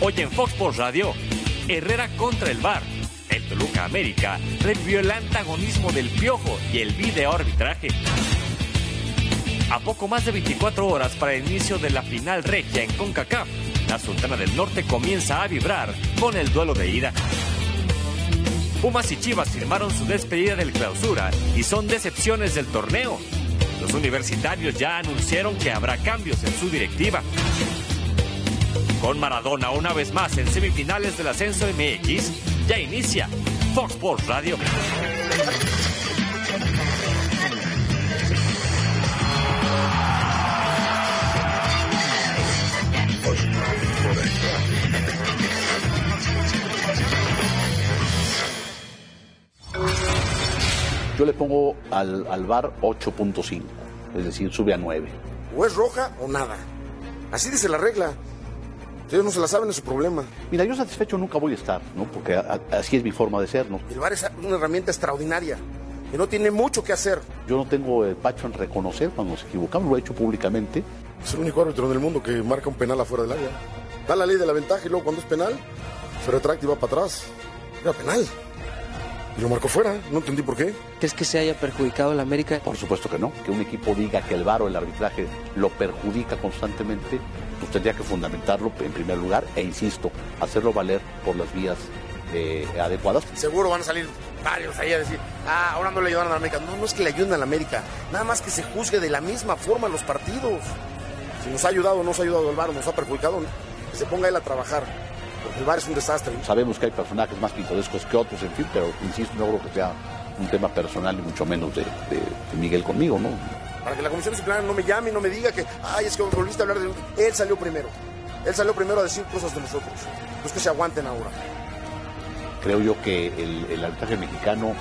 Hoy en Fox Sports Radio, Herrera contra el VAR. El Toluca América revivió el antagonismo del piojo y el video arbitraje. A poco más de 24 horas para el inicio de la final regia en CONCACAF, la Sultana del Norte comienza a vibrar con el duelo de ida. Pumas y Chivas firmaron su despedida del clausura y son decepciones del torneo. Los universitarios ya anunciaron que habrá cambios en su directiva. Con Maradona una vez más en semifinales del ascenso MX, ya inicia Fox Sports Radio. Yo le pongo al, al bar 8.5, es decir, sube a 9. O es roja o nada. Así dice la regla. Ustedes no se la saben, es su problema. Mira, yo satisfecho nunca voy a estar, ¿no? Porque a- a- así es mi forma de ser, ¿no? El VAR es una herramienta extraordinaria que no tiene mucho que hacer. Yo no tengo el pacho en reconocer cuando nos equivocamos, lo he hecho públicamente. Es el único árbitro del mundo que marca un penal afuera del área. Da la ley de la ventaja y luego cuando es penal, se retracta y va para atrás. Era penal. Y lo marcó fuera, no entendí por qué. ¿Crees que se haya perjudicado la América? Por supuesto que no. Que un equipo diga que el VAR o el arbitraje lo perjudica constantemente, pues tendría que fundamentarlo en primer lugar e, insisto, hacerlo valer por las vías eh, adecuadas. Seguro van a salir varios ahí a decir, ah, ahora no le ayudaron a la América. No, no es que le ayuden a la América, nada más que se juzgue de la misma forma los partidos. Si nos ha ayudado o nos ha ayudado el VAR, nos ha perjudicado, que se ponga él a trabajar, porque el VAR es un desastre. Sabemos que hay personajes más pintorescos que otros, en fin, pero insisto, no creo que sea un tema personal y mucho menos de, de- de Miguel conmigo, ¿no? Para que la comisión disciplinaria no me llame y no me diga que, ay, es que volviste a hablar de... Él salió primero. Él salió primero a decir cosas de nosotros. Pues que se aguanten ahora. Creo yo que el, el arbitraje mexicano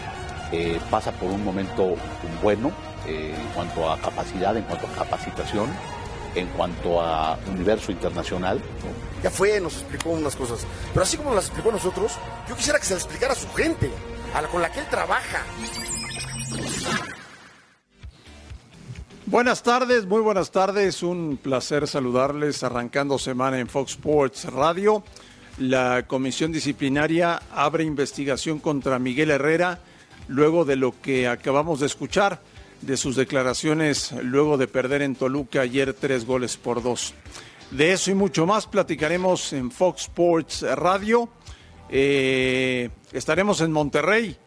eh, pasa por un momento bueno eh, en cuanto a capacidad, en cuanto a capacitación, en cuanto a universo internacional. ¿no? Ya fue, nos explicó unas cosas. Pero así como las explicó a nosotros, yo quisiera que se las explicara a su gente, a la con la que él trabaja. Buenas tardes, muy buenas tardes. Un placer saludarles arrancando semana en Fox Sports Radio. La comisión disciplinaria abre investigación contra Miguel Herrera luego de lo que acabamos de escuchar de sus declaraciones luego de perder en Toluca ayer tres goles por dos. De eso y mucho más platicaremos en Fox Sports Radio. Eh, estaremos en Monterrey.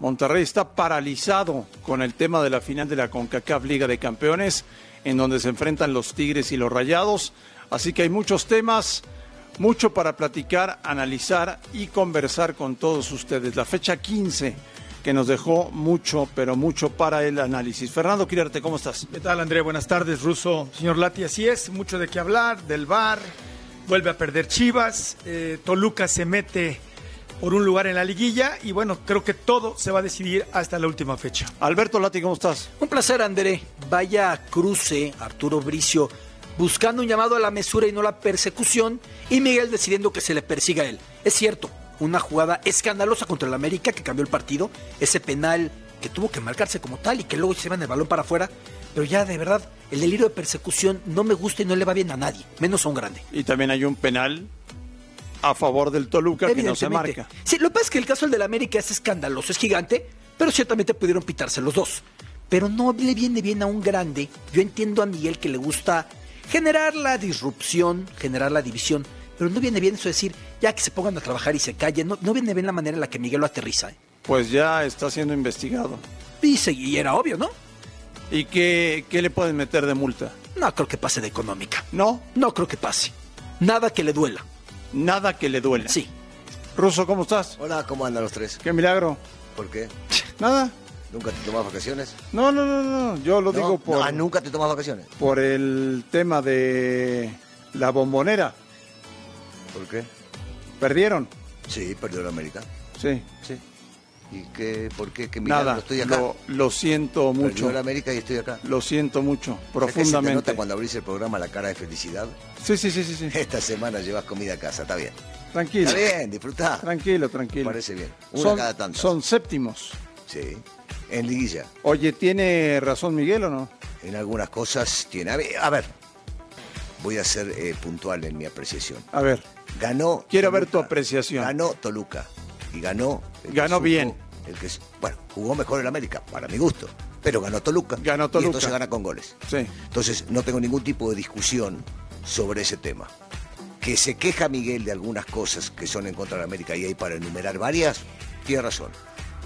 Monterrey está paralizado con el tema de la final de la CONCACAF Liga de Campeones, en donde se enfrentan los Tigres y los Rayados. Así que hay muchos temas, mucho para platicar, analizar y conversar con todos ustedes. La fecha 15 que nos dejó mucho, pero mucho para el análisis. Fernando Quirarte, ¿cómo estás? ¿Qué tal, André? Buenas tardes, Ruso. Señor Lati, así es, mucho de qué hablar, del VAR, vuelve a perder Chivas, eh, Toluca se mete por un lugar en la liguilla y bueno, creo que todo se va a decidir hasta la última fecha. Alberto Lati, ¿cómo estás? Un placer, André. Vaya cruce, Arturo Bricio, buscando un llamado a la mesura y no la persecución, y Miguel decidiendo que se le persiga a él. Es cierto, una jugada escandalosa contra el América que cambió el partido, ese penal que tuvo que marcarse como tal y que luego se van el balón para afuera, pero ya de verdad, el delirio de persecución no me gusta y no le va bien a nadie, menos a un grande. Y también hay un penal a favor del Toluca que no se Evidentemente. marca. Sí, lo que pasa es que el caso del de la América es escandaloso, es gigante, pero ciertamente pudieron pitarse los dos. Pero no le viene bien a un grande. Yo entiendo a Miguel que le gusta generar la disrupción, generar la división, pero no viene bien eso de decir, ya que se pongan a trabajar y se callen, no, no viene bien la manera en la que Miguel lo aterriza. ¿eh? Pues ya está siendo investigado. Y, se- y era obvio, ¿no? ¿Y qué, qué le pueden meter de multa? No creo que pase de económica. No, No creo que pase. Nada que le duela. nada que le duela. Sí. Ruso, ¿cómo estás? Hola, ¿cómo andan los tres? Qué milagro. ¿Por qué? Nada. ¿Nunca te tomas vacaciones? No, no, no, no. Yo lo No, digo no, por, ah, ¿nunca te tomas vacaciones? por el tema de la bombonera. ¿Por qué? Perdieron. Sí, perdió la América. Sí. Sí. ¿Y qué? ¿Por qué? Que milagro, Nada. estoy acá. Lo, lo siento mucho. Perdió la América y estoy acá. Lo siento mucho. ¿Sabes qué se te Profundamente. nota cuando abrís el programa la cara de felicidad? Sí, sí, sí, sí, sí. Esta semana llevas comida a casa, está bien. Tranquilo. Está bien, disfrutá. Tranquilo, tranquilo. Parece bien. Una son, cada tantas. son séptimos. Sí. En liguilla, Oye, ¿tiene razón Miguel o no? en algunas cosas tiene... A ver, a ver, voy a ser eh, puntual en mi apreciación. A ver. Ganó. Quiero ver Toluca. tu apreciación. Ganó Toluca. Y ganó. el que Ganó bien. El que, bueno, jugó mejor el América, para mi gusto. Pero ganó Toluca. Ganó Y Toluca. esto se gana con goles. Sí. Entonces, no tengo ningún tipo de discusión sobre ese tema. Que se queja Miguel de algunas cosas que son en contra de la América y hay para enumerar varias, tiene razón.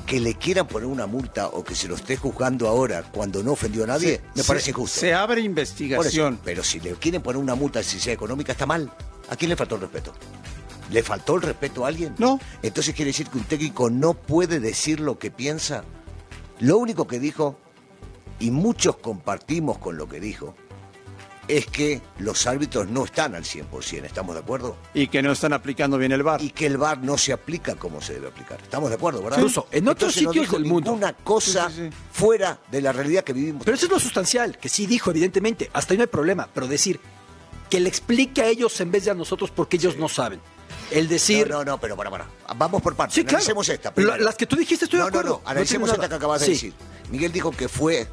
Que le quieran poner una multa o que se lo esté juzgando ahora cuando no ofendió a nadie, me Se- parece injusto. Se abre Por eso, investigación. pero si le quieren poner una multa si sea económica, está mal. ¿A quién le faltó el respeto? ¿Le faltó el respeto a alguien? No. Entonces quiere decir que un técnico no puede decir lo que piensa. Lo único que dijo, y muchos compartimos con lo que dijo, es que los árbitros no están al 100%, ¿estamos de acuerdo? Y que no están aplicando bien el bar. Y que el VAR no se aplica como se debe aplicar. ¿Estamos de acuerdo, verdad? Incluso en otros Entonces no sitios dijo del mundo. Ninguna cosa Sí, sí, sí. fuera de la realidad que vivimos. Pero eso es lo sustancial, que sí dijo, evidentemente, hasta ahí no hay problema, pero decir que le explique a ellos en vez de a nosotros porque ellos no saben. El decir... No, no, no, pero para, para. Vamos por partes. Sí, claro. analicemos esta. La- primero. las que tú dijiste, estoy de No, no, acuerdo. No, No analicemos tiene esta que nada. acabas de Sí. decir. Miguel dijo que fue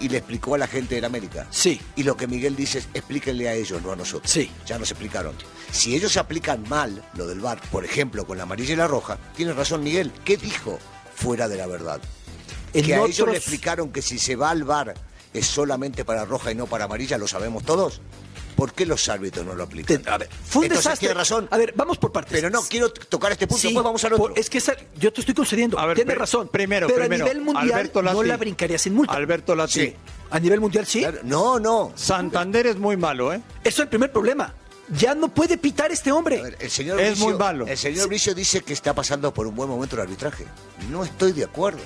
y le explicó a la gente del América. Sí. Y lo que Miguel dice es explíquenle a ellos, no a nosotros. Sí. Ya nos explicaron. Si ellos aplican mal lo del VAR, por ejemplo, con la amarilla y la roja, tiene razón Miguel. ¿Qué dijo fuera de la verdad? En que a ellos otros- le explicaron que si se va al VAR es solamente para roja y no para amarilla, lo sabemos todos. ¿Por qué los árbitros no lo aplican? Te- a ver, fue un Entonces, desastre. tiene razón. A ver, vamos por partes. Pero no, quiero t- tocar este punto, Sí, después vamos al otro. por- es que esa- yo te estoy concediendo. A ver, Tienes pri- razón. primero, pero primero, a nivel mundial Alberto no Lati. la brincaría sin multa. Alberto Lati. Sí. A nivel mundial sí. Claro, No, no. Santander es muy malo, ¿eh? Eso es el primer problema. Ya no puede pitar este hombre. A ver, el señor Es Bricio- muy malo. El señor Bricio dice que está pasando por un buen momento el arbitraje. No estoy de acuerdo.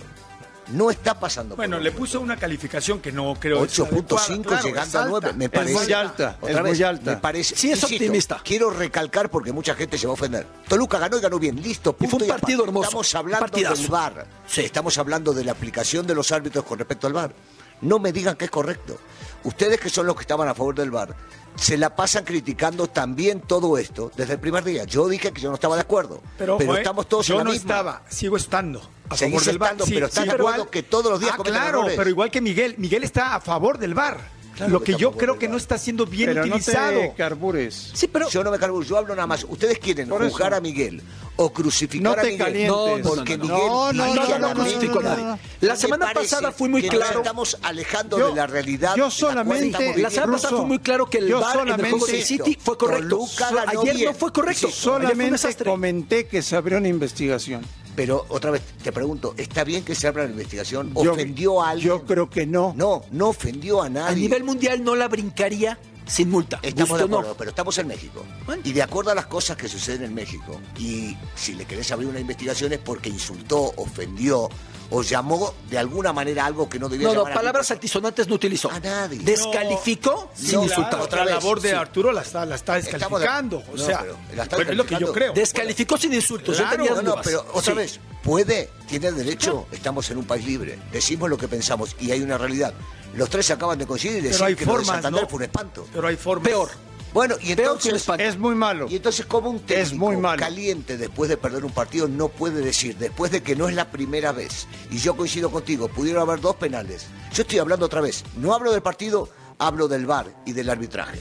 No está pasando Bueno, por le puso una calificación que no creo es adecuada, 8.5 claro, es llegando a alta. 9, me Es parece. muy alta, Otra es muy vez, alta. Me parece. Sí, es optimista. Quiero recalcar porque mucha gente se va a ofender. Toluca ganó y ganó bien, listo, Y punto. fue un y aparte. partido hermoso, Estamos un hablando partidazo. del VAR. Sí. Estamos hablando de la aplicación de los árbitros con respecto al VAR. No me digan que es correcto. Ustedes que son los que estaban a favor del VAR, se la pasan criticando también todo esto desde el primer día. Yo dije que yo no estaba de acuerdo, Pero, pero, ojo, eh, estamos todos yo en la no misma. estaba, sigo estando. A Seguís favor del VAR. estando, pero estás de acuerdo que todos los días Ah, cometen claro, errores. pero igual que Miguel, Miguel está a favor del VAR. Claro lo que que está a yo favor creo del que no VAR. está siendo bien Pero no utilizado. te carbures. Sí, pero Yo no me cargo, yo hablo nada más. Ustedes quieren Por eso. juzgar a Miguel o crucificar No a te Miguel. calientes. No, no, porque no, Miguel no, no, dirige no, a no, la no, América. no, no, no. La Me semana parece pasada fui muy que claro. Nos estamos alejando Yo- de la yo realidad. de la cual solamente- estamos la semana viviendo. pasada Ruso, fue muy claro que el yo VAR en el juego solamente- del City fue correcto. Toluca ganó Ayer no bien. fue correcto. Sí, Ayer fue un Solamente desastre. comenté que se abrió una investigación. Pero otra vez te pregunto, ¿está bien que se abra la investigación? Yo- ¿Ofendió a alguien? Yo creo que no. No, no ofendió a nadie. A nivel mundial no la brincaría sin multa. Estamos Guste de o no. acuerdo, pero estamos en México. Bueno. Y de acuerdo a las cosas que suceden en México, y si le querés abrir una investigación es porque insultó, ofendió o llamó de alguna manera algo que no debía No, no, llamar a- palabras altisonantes no utilizó. A nadie. Descalificó No, sin claro, insultar. otra la vez, labor de sí. Arturo la está, la está Estamos de- descalificando. o No, sea, pero la está bueno, es lo que yo descalificando. creo. Descalificó sin insultos. Yo Claro, tenía No, no, dudas. pero otra Sí. vez, puede, tiene derecho, estamos en un país libre, decimos lo que pensamos y hay una realidad. Los tres acaban de coincidir y Pero decir hay que lo de formas, Santander ¿no? fue un espanto. Pero hay formas. Peor. Bueno, Peor y que un entonces, espanto. Es muy malo. y entonces como un técnico Es muy malo. caliente después de perder un partido no puede decir, después de que no es la primera vez, y yo coincido contigo, pudieron haber dos penales. Yo estoy hablando otra vez, no hablo del partido, hablo del VAR y del arbitraje.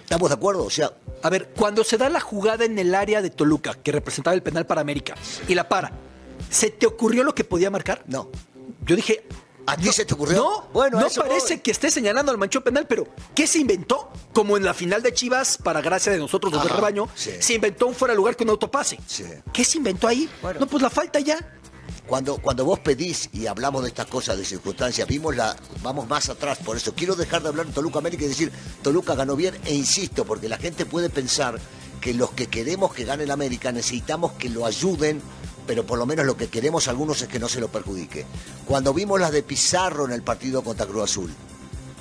¿Estamos de acuerdo? O sea, A ver, cuando se da la jugada en el área de Toluca, que representaba el penal para América, y la para, ¿se te ocurrió lo que podía marcar? no. Yo dije. ¿A ti no, se te ocurrió? No, Bueno, a no eso parece voy. que esté señalando al manchón penal, pero ¿qué se inventó? Como en la final de Chivas, para gracia de nosotros los del Ajá, rebaño, sí. se inventó un fuera de lugar con autopase. Sí. ¿Qué se inventó ahí? Bueno. No, pues la falta ya. Cuando, cuando vos pedís y hablamos de estas cosas, de circunstancias, vimos la, vamos más atrás, por eso quiero dejar de hablar de Toluca América y decir, Toluca ganó bien, e insisto, porque la gente puede pensar que los que queremos que gane el América necesitamos que lo ayuden, pero por lo menos lo que queremos algunos es que no se lo perjudique. Cuando vimos las de Pizarro en el partido contra Cruz Azul,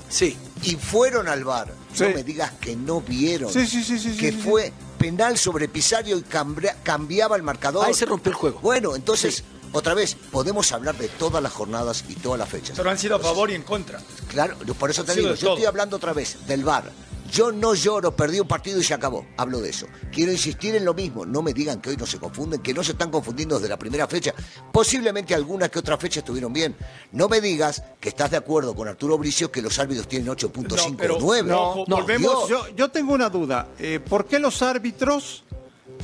Sí. y fueron al bar. Sí. No me digas que no vieron. Sí, sí, sí, sí, que sí, sí. fue penal sobre Pisario y cambra- cambiaba el marcador. Ahí se rompió el juego. Bueno, entonces, Sí. otra vez, podemos hablar de todas las jornadas y todas las fechas. Pero han sido a Entonces, favor y en contra. Claro, yo por eso te Ha sido digo, de yo todo. estoy hablando otra vez del VAR, Yo no lloro, perdí un partido y se acabó. Hablo de eso. Quiero insistir en lo mismo. No me digan que hoy no se confunden, que no se están confundiendo desde la primera fecha. Posiblemente algunas que otras fechas estuvieron bien. No me digas que estás de acuerdo con Arturo Bricio que los árbitros tienen 8.5 pero- o 9. no, Por volvemos- Dios. Yo, yo tengo una duda. Eh, ¿Por qué los árbitros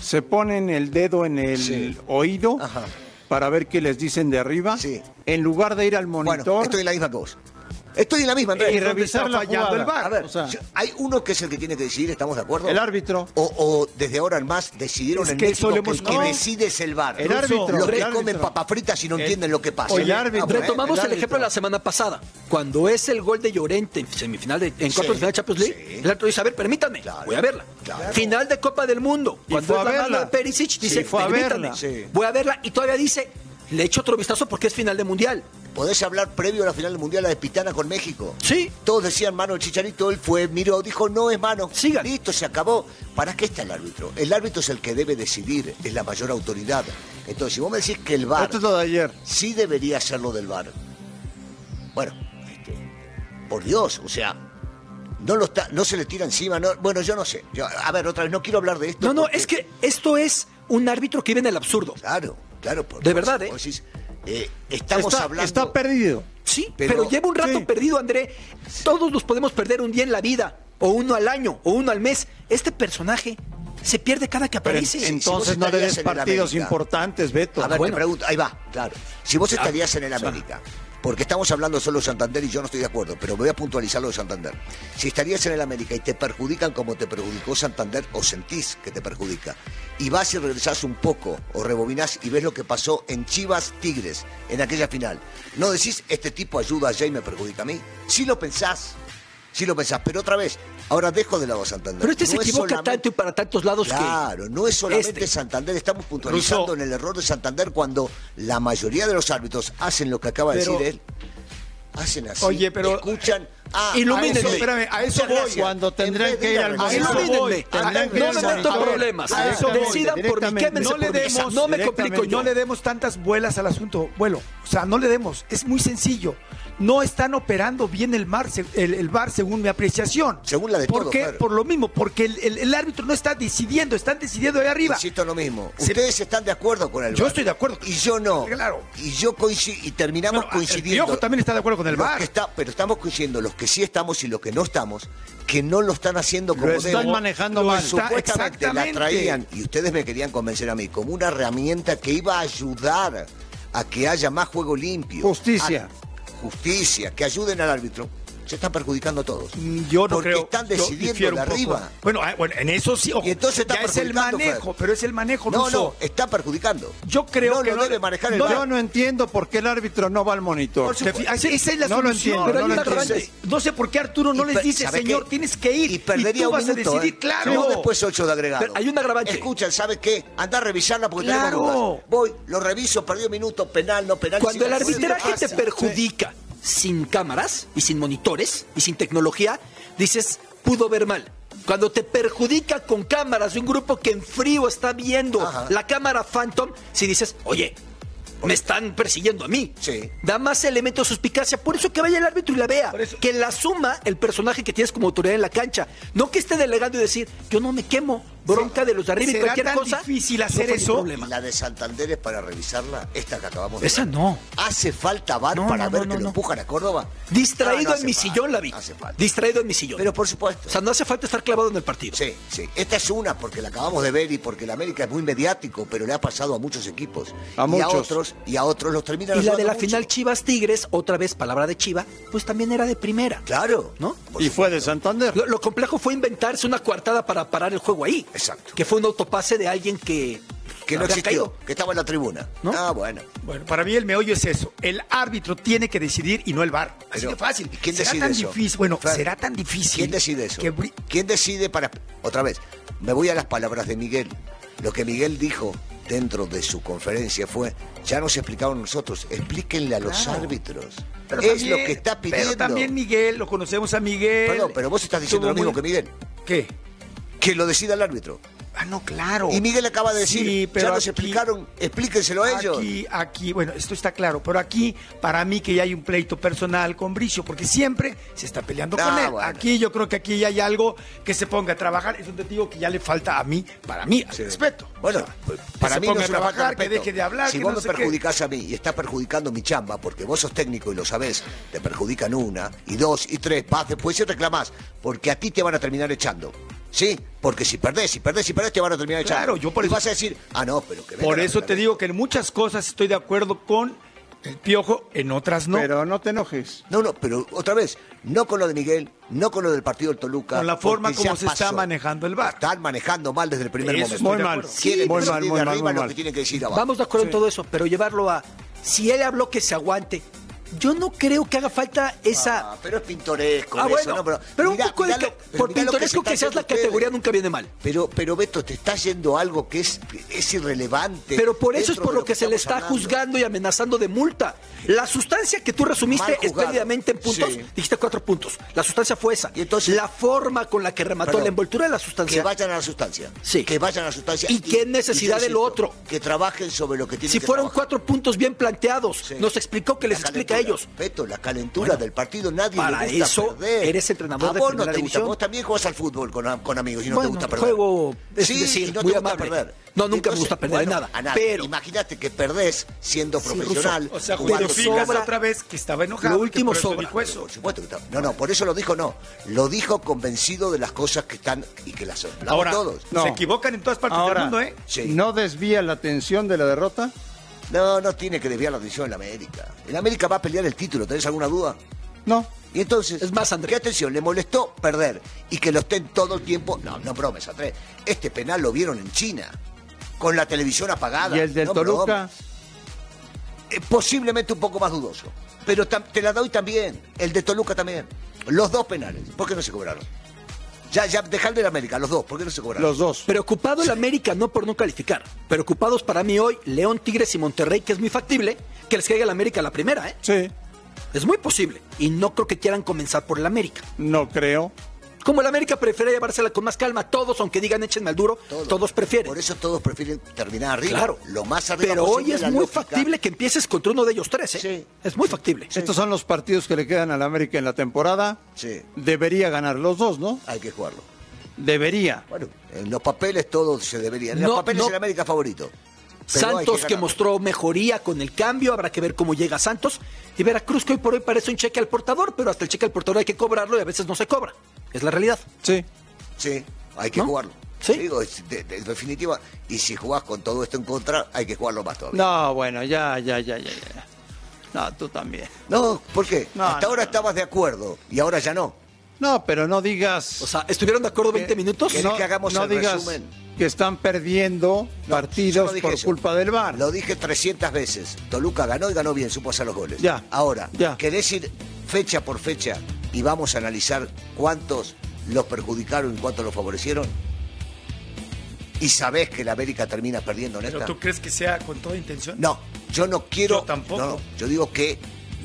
se ponen el dedo en el Sí. oído Ajá. para ver qué les dicen de arriba? Sí. En lugar de ir al monitor. Bueno, estoy en la misma que vos. Estoy en la misma, Andrés. Y revisar la fallando jugada. el VAR? A ver, O sea, yo- hay uno que es el que tiene que decidir, ¿estamos de acuerdo? El árbitro. O, o desde ahora en más decidieron Es en que México eso que lo el hemos- que no. decide es el bar. El árbitro, Los el que árbitro. comen papas fritas y no El- entienden lo que pasa. o el árbitro. Ah, bueno, Retomamos el el, árbitro. ejemplo de la semana pasada. Cuando es el gol de Llorente en semifinal de, en cuartos de final de Champions League, sí. el árbitro dice, a ver, permítanme, Claro, voy a verla. claro. Final de Copa del Mundo, Y cuando fue es a la mano verla. de Perisic, dice, fue a permítanme, verla. Sí. voy a verla. Y todavía dice, le echo otro vistazo porque es final de Mundial. Podés hablar previo a la final del mundial, la de Pitana con México. Sí. Todos decían mano el chicharito, él fue, miró, dijo no es mano. Sigan. Listo, se acabó. ¿Para qué está el árbitro? El árbitro es el que debe decidir, es la mayor autoridad. Entonces, si vos me decís que el bar. Esto es lo de ayer. sí debería ser lo del VAR. Bueno, este, por Dios, o sea, no, lo está, no se le tira encima. no- bueno, yo no sé. Yo- a ver, otra vez, no quiero hablar de esto. No, no, porque- es que esto es un árbitro que vive en el absurdo. Claro, claro. por De Dios, verdad, ¿eh? vos decís, eh, estamos está, hablando... está perdido. Sí, pero, Pero- lleva un rato sí. perdido, André. Todos nos podemos perder un día en la vida, o uno al año, o uno al mes. Este personaje se pierde cada que Pero en- aparece. en- entonces si vos no le estarías des en el partidos América. importantes, Beto. A ver, bueno. te pregunto, ahí va, claro. Si vos estarías en el América, porque estamos hablando solo de Santander y yo no estoy de acuerdo, pero me voy a puntualizar lo de Santander. Si estarías en el América y te perjudican como te perjudicó Santander o sentís que te perjudica, y vas y regresás un poco o rebobinas y ves lo que pasó en Chivas Tigres en aquella final, no decís, este tipo ayuda allá y me perjudica a mí. Si lo pensás, si lo pensás, pero otra vez, ahora dejo de lado a Santander. Pero este se No es equivoca solamente- tanto y para tantos lados que. Claro, no es solamente Este. Santander, estamos puntualizando Russo. en el error de Santander cuando la mayoría de los árbitros hacen lo que acaba de Pero- decir él. Hacen así, Oye, pero- escuchan, ah, Ilumínenme. a eso- Espérame, a eso Muchas voy. gracias. Cuando tendrán En vez que de ir al regresar- A eso Ilumínenme. voy. Tendrán que ir No me al meto en monitor. problemas. A eso voy, Decidan por mí, directamente. quémense no le por mi casa. demos No me complico directamente. yo. no le demos tantas vuelas al asunto vuelo o sea no le demos es muy sencillo no están operando bien el mar se- el, el bar según mi apreciación Según la de ¿Por todos, qué? claro. por lo mismo porque el, el- el árbitro no está decidiendo están decidiendo ahí arriba Insisto en lo mismo. Se- Ustedes están de acuerdo con el Yo VAR. estoy de acuerdo. Y yo no. Claro. Y yo coincido y terminamos No, coincidiendo. el Piojo también está de acuerdo con el Los VAR. que está- pero estamos coincidiendo los que sí estamos y los que no estamos, que no lo están haciendo como Lo están debo. manejando Lo mal. está- Supuestamente la exactamente. traían, y ustedes me querían convencer a mí, como una herramienta que iba a ayudar a que haya más juego limpio. Justicia. A- justicia, que ayuden al árbitro. Se están perjudicando a todos. Mm, Yo no Porque creo. están yo decidiendo difiero de un poco. arriba. Bueno, ah, bueno, en eso sí. ojo, Y entonces está ya es el perjudicando, manejo, Fred. pero es el manejo No, ruso. no, está perjudicando. Yo creo no que lo no- debe manejar el no, VAR. Yo no entiendo por qué el árbitro no va al monitor. Te fi- ah, sí, esa es la No lo solución. entiendo, Pero no hay lo un entiendo. agravante. no sé por qué Arturo no Y les per- dice, ¿sabe señor, qué? tienes que ir. Y perdería tú un vas minuto, a decidir, ¿eh? claro. No después 8 de agregado. Pero hay un agravante. Escuchan, ¿sabe qué? Anda a revisarla porque Claro. tenemos dudas. Voy, lo reviso, perdí un minuto, penal, no penal. Cuando si el la juez no arbitraje te pasa. perjudica sin cámaras y sin monitores y sin tecnología, dices, pudo ver mal. Cuando te perjudica con cámaras de un grupo que en frío está viendo Ajá. la cámara Phantom, si dices, oye, me están persiguiendo a mí. Sí. Da más elementos de suspicacia. Por eso que vaya el árbitro y la vea. Por eso- Que la suma el personaje que tienes como autoridad en la cancha. No que esté delegando y decir, yo no me quemo, bronca de los de arriba y ¿será cualquier tan cosa. difícil no hacer fue mi eso? problema. Y la de Santander es para revisarla, esta que acabamos de Esa ver. no. ¿Hace falta VAR No, para no, ver no, que no, lo no. empujan a Córdoba? Distraído No, no en mi hace sillón falta, la vi. no hace falta. Distraído en mi sillón. Pero por supuesto. O sea, no hace falta estar clavado en el partido. Sí, sí. Esta es una porque la acabamos de ver y porque el América es muy mediático, pero le ha pasado a muchos equipos. A y muchos. a otros, y a otros los terminan Y la de ayudando la mucho. final Chivas Tigres, otra vez palabra de Chiva, pues también era de primera. Claro. ¿No? Por Y fue supuesto. de Santander. Lo, lo complejo fue inventarse una coartada para parar el juego ahí. Exacto. Que fue un autopase de alguien que. Que no había existió, caído. que estaba en la tribuna. ¿No? Ah, bueno. Bueno, para mí el meollo es eso. El árbitro tiene que decidir y no el VAR. Así Pero, de fácil. ¿y quién ¿Será decide tan eso? difícil? Bueno, Fer, será tan difícil. ¿Quién decide eso? que bri- ¿Quién decide para.? Otra vez, me voy a las palabras de Miguel. Lo que Miguel dijo dentro de su conferencia fue: ya nos explicaron nosotros, explíquenle a los árbitros. pero es también- lo que está pidiendo. Pero también Miguel, lo conocemos a Miguel. Perdón, pero vos estás diciendo Estuvo lo muy- mismo que Miguel. ¿Qué? Que lo decida el árbitro. Ah, no, claro. Y Miguel acaba de Sí, decir, pero ya nos aquí- explicaron, explíquenselo a ellos. Aquí, aquí, bueno, esto está claro, pero aquí para mí que ya hay un pleito personal con Bricio, porque siempre se está peleando Ah, con él. bueno. Aquí yo creo que aquí ya hay algo que se ponga a trabajar. Es un testigo que ya le falta a mí, para mí, al respeto. Bueno, O sea, que para se mí no ponga es a una falta de trabajar, que respeto. deje de hablar. Si que vos no me sé qué. perjudicás a mí y estás perjudicando mi chamba, porque vos sos técnico y lo sabés, te perjudican una, y dos, y tres, vas después y reclamás, porque a ti te van a terminar echando. ¿Sí? Porque si perdés, si perdés, si perdés, te van a terminar echando. Claro, yo por Y eso- vas a decir, ah, no, pero que venga Por la eso primera te vez". digo que en muchas cosas estoy de acuerdo con el piojo, en otras no. Pero no te enojes. No, no, pero otra vez, no con lo de Miguel, no con lo del partido del Toluca. Con la forma porque como ya se está pasó. manejando el VAR. Están manejando mal desde el primer Eso momento. estoy Muy de mal. acuerdo. Quieren muy decir mal, de muy mal, arriba muy lo mal. que tienen que decir abajo. Vamos de acuerdo en todo eso, pero llevarlo a. Si él habló que se aguante, yo no creo que haga falta esa. Ah, pero es pintoresco. Ah, eso, bueno, ¿no? pero, mirá- un poco de mirá ca- lo- pero por mirá lo pintoresco se que, está seas, la haciendo categoría ustedes. nunca viene mal. Pero, pero Beto, te está yendo algo que es, es irrelevante. Pero por eso es dentro por de lo que se le está estamos hablando. juzgando y amenazando de multa. La sustancia que tú resumiste Mal es juzgado. pérdidamente en puntos, Sí. dijiste cuatro puntos. La sustancia fue esa. Y entonces- la forma con la que remató Perdón. la envoltura de la Que sustancia. vayan a la sustancia. Sí. Que vayan a la sustancia. ¿Y qué yo necesidad de lo insisto, otro? Que trabajen sobre lo que tienen Si que fueron trabajar. cuatro puntos bien planteados, Sí. nos explicó que les La explica a calentura. ellos. Beto, la calentura Bueno, del partido nadie para le gusta eso perder. eres entrenador a de vos no primera te gusta, división. vos también juegas al fútbol con, con amigos y no Bueno, te gusta perder. juego, es sí, decir, y no muy te gusta amable. perder. No, nunca me gusta perder, bueno, nada, a nadie. pero- imagínate que perdés siendo Ruso, profesional. O sea, Pero jugando justificas sobra- otra vez que estaba enojado. Lo que último por eso sobra. dijo eso. Por supuesto que está- No, no, por eso lo dijo no. Lo dijo convencido de las cosas que están y que las hablamos Ahora, todos. No. se equivocan en todas partes Ahora, del mundo, ¿eh? Sí. ¿no desvía la atención de la derrota? No, no tiene que desviar la atención en la América. En América va a pelear el título, ¿tenés alguna duda? No. Y entonces, Es más, André. ¿qué atención? Le molestó perder y que lo estén todo el tiempo. No, no bromes, Andrés. Este penal lo vieron en China, con la televisión apagada. ¿Y el del No Toluca? bromes. Eh, posiblemente un poco más dudoso. Pero tam- te la doy también. El de Toluca también. Los dos penales. ¿Por qué no se cobraron? Ya, ya, dejá el de la América, los dos. ¿Por qué no se cobraron? Los dos. Preocupado el América no por no calificar. Preocupados para mí hoy León, Tigres y Monterrey, que es muy factible que les caiga el América a la primera, ¿eh? Sí, Es muy posible. Y no creo que quieran comenzar por el América. no creo. Como el América prefiere llevársela con más calma, todos, aunque digan échenme al duro, todos, prefieren. Por eso todos prefieren terminar arriba. claro. Lo más arriba Pero hoy posible, es la muy lógica. factible que empieces contra uno de ellos tres, ¿eh? Sí. Es muy factible. Estos son los partidos que le quedan al América en la temporada. Sí. Debería ganar los dos, ¿no? Hay que jugarlo. Debería. Bueno, en los papeles todo se debería. En No, los papeles no. el América favorito. Pero hay Santos que, ganar. mostró mejoría con el cambio, habrá que ver cómo llega Santos. Y Veracruz que hoy por hoy parece un cheque al portador, pero hasta el cheque al portador hay que cobrarlo y a veces no se cobra. Es la realidad. Sí. Sí, hay que ¿No? jugarlo. Sí. Digo, es de- de- en definitiva, y si jugás con todo esto en contra, hay que jugarlo más todavía. No, bueno, ya, ya, ya, ya. ya. No, tú también. No, ¿por qué? No, Hasta no, ahora no. estabas de acuerdo y ahora ya no. No, pero no digas. O sea, ¿estuvieron de acuerdo 20 minutos? ¿Querés que hagamos el digas resumen? que están perdiendo yo partidos no dije por eso. culpa del VAR. Lo dije 300 veces. Toluca ganó y ganó bien, supo hacer los goles. Ya. Ahora, Ya. ¿querés ir fecha por fecha y vamos a analizar cuántos los perjudicaron y cuántos los favorecieron? ¿Y sabés que la América termina perdiendo en Pero esta? tú crees que sea con toda intención. No, yo no quiero. Yo tampoco. no, yo digo que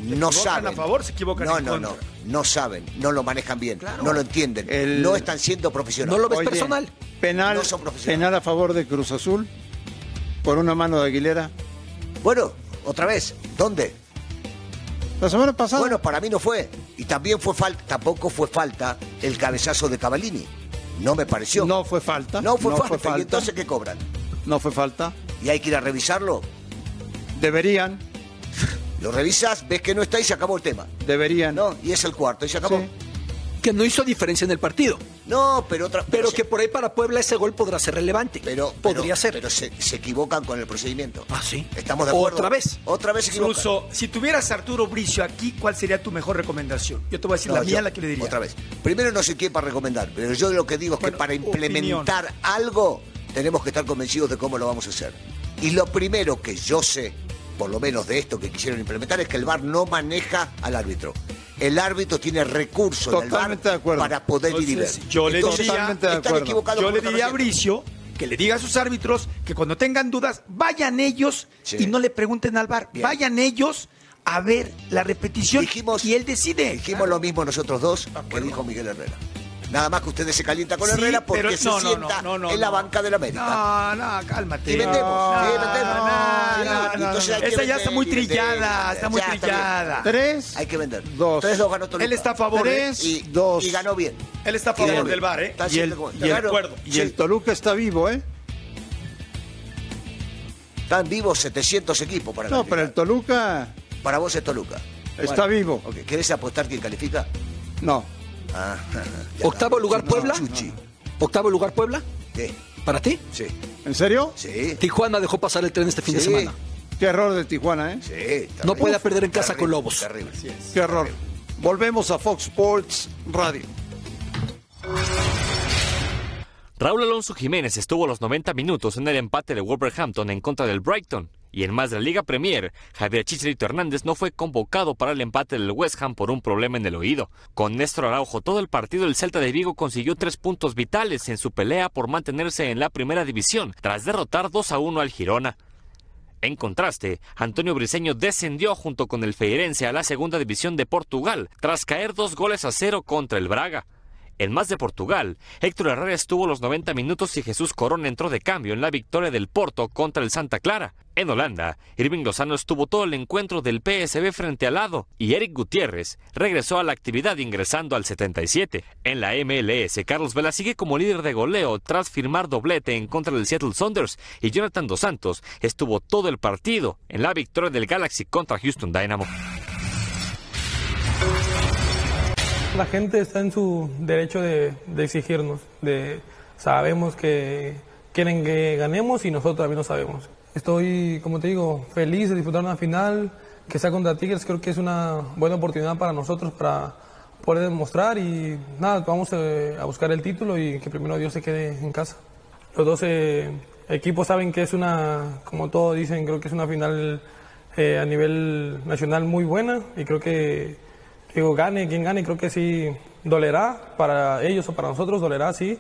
no equivocan saben. a favor, se equivocan No, en no, no. contra. No saben, no lo manejan bien, Claro. no lo entienden, El- no están siendo profesionales. No lo ves personal. Penal, No son profesionales. penal a favor de Cruz Azul por una mano de Aguilera. Bueno, otra vez, ¿dónde? La semana pasada. Bueno, para mí no fue. Y también fue falta, tampoco fue falta el cabezazo de Cavallini. No me pareció. no fue falta. No fue falta. ¿Y entonces qué cobran? No fue falta. ¿Y hay que ir a revisarlo? Deberían, Lo revisas, ves que no está y se acabó el tema. deberían. No, y es el cuarto, y se acabó. Sí. Que no hizo diferencia en el partido. No, pero otra. Pero se- que por ahí para Puebla ese gol podrá ser relevante. Pero, pero- podría ser. Pero se, se equivocan con el procedimiento. Ah, sí. Estamos de acuerdo. Otra vez. Otra vez se equivocan. Incluso, si tuvieras a Arturo Bricio aquí, ¿cuál sería tu mejor recomendación? Yo te voy a decir No, la mía, yo- la que le diría. Otra vez. Primero no sé quién para recomendar, pero yo lo que digo es Bueno, que para opinión. implementar algo tenemos que estar convencidos de cómo lo vamos a hacer. Y lo primero que yo sé, por lo menos de esto que quisieron implementar, es que el VAR no maneja al árbitro. El árbitro tiene recursos en el VAR Totalmente de acuerdo. para poder ir y ver. Entonces, yo le Entonces, diría- Totalmente de están acuerdo. equivocados Yo con le lo que diría a están haciendo. Bricio que le diga a sus árbitros que cuando tengan dudas, vayan ellos Sí. y no le pregunten al bar. Bien. Vayan ellos a ver la repetición Dijimos- y él decide. Dijimos lo mismo nosotros dos que dijo Miguel Herrera. Nada más que ustedes se calientan con Sí, Herrera porque pero- se no, no, sienta no, no, no, en la no. banca del América. No, no, cálmate. Y vendemos, No, y vendemos. no, Sí, no, no, entonces no. hay que Esa ya está vender muy y vender y trillada, vender. está muy Ya, está bien. trillada. Tres. Hay que vender. Dos. Tres, dos ganó Toluca. Él está a favor, Tres, ¿eh? y, dos. y ganó bien. Él está a Y ganó favor bien. del bar, ¿eh? Está Y el, siete y con- el- Claro. acuerdo. y Sí. el Toluca está vivo, ¿eh? Están vivos 700 equipos para No, calificar. pero el Toluca Para vos es Toluca. está vivo. Ok, ¿Querés apostar quién califica? No. Ah, ya Octavo está. lugar No, Puebla. Chuchi. Octavo lugar Puebla. ¿Qué? ¿Para ti? Sí. ¿En serio? Sí. Tijuana dejó pasar el tren este fin de Sí. semana. Qué error de Tijuana, ¿eh? Sí, terrible. No puede perder en casa con Terrible, Lobos. Terrible. Qué error. Volvemos a Fox Sports Radio. Raúl Alonso Jiménez estuvo los 90 minutos en el empate de Wolverhampton en contra del Brighton. Y en más de la Liga Premier, Javier Chicharito Hernández no fue convocado para el empate del West Ham por un problema en el oído. Con Néstor Araujo todo el partido, el Celta de Vigo consiguió tres puntos vitales en su pelea por mantenerse en la primera división, tras derrotar 2 a 1 al Girona. En contraste, Antonio Briseño descendió junto con el Feirense a la segunda división de Portugal tras caer dos goles a cero contra el Braga. En más de Portugal, Héctor Herrera estuvo los 90 minutos y Jesús Corón entró de cambio en la victoria del Porto contra el Santa Clara. En Holanda, Irving Lozano estuvo todo el encuentro del PSB frente al lado y Eric Gutiérrez regresó a la actividad ingresando al 77. En la MLS, Carlos Vela sigue como líder de goleo tras firmar doblete en contra del Seattle Saunders y Jonathan Dos Santos estuvo todo el partido en la victoria del Galaxy contra Houston Dynamo. La gente está en su derecho de, de exigirnos. De, sabemos que quieren que ganemos y nosotros también lo sabemos. Estoy, como te digo, feliz de disfrutar una final que sea contra Tigres. Creo que es una buena oportunidad para nosotros para poder demostrar y nada, vamos eh, a buscar el título y que primero Dios se quede en casa. Los dos eh, equipos saben que es una, como todos dicen, creo que es una final eh, a nivel nacional muy buena y creo que Digo, gane quien gane, creo que sí dolerá para ellos o para nosotros, dolerá sí.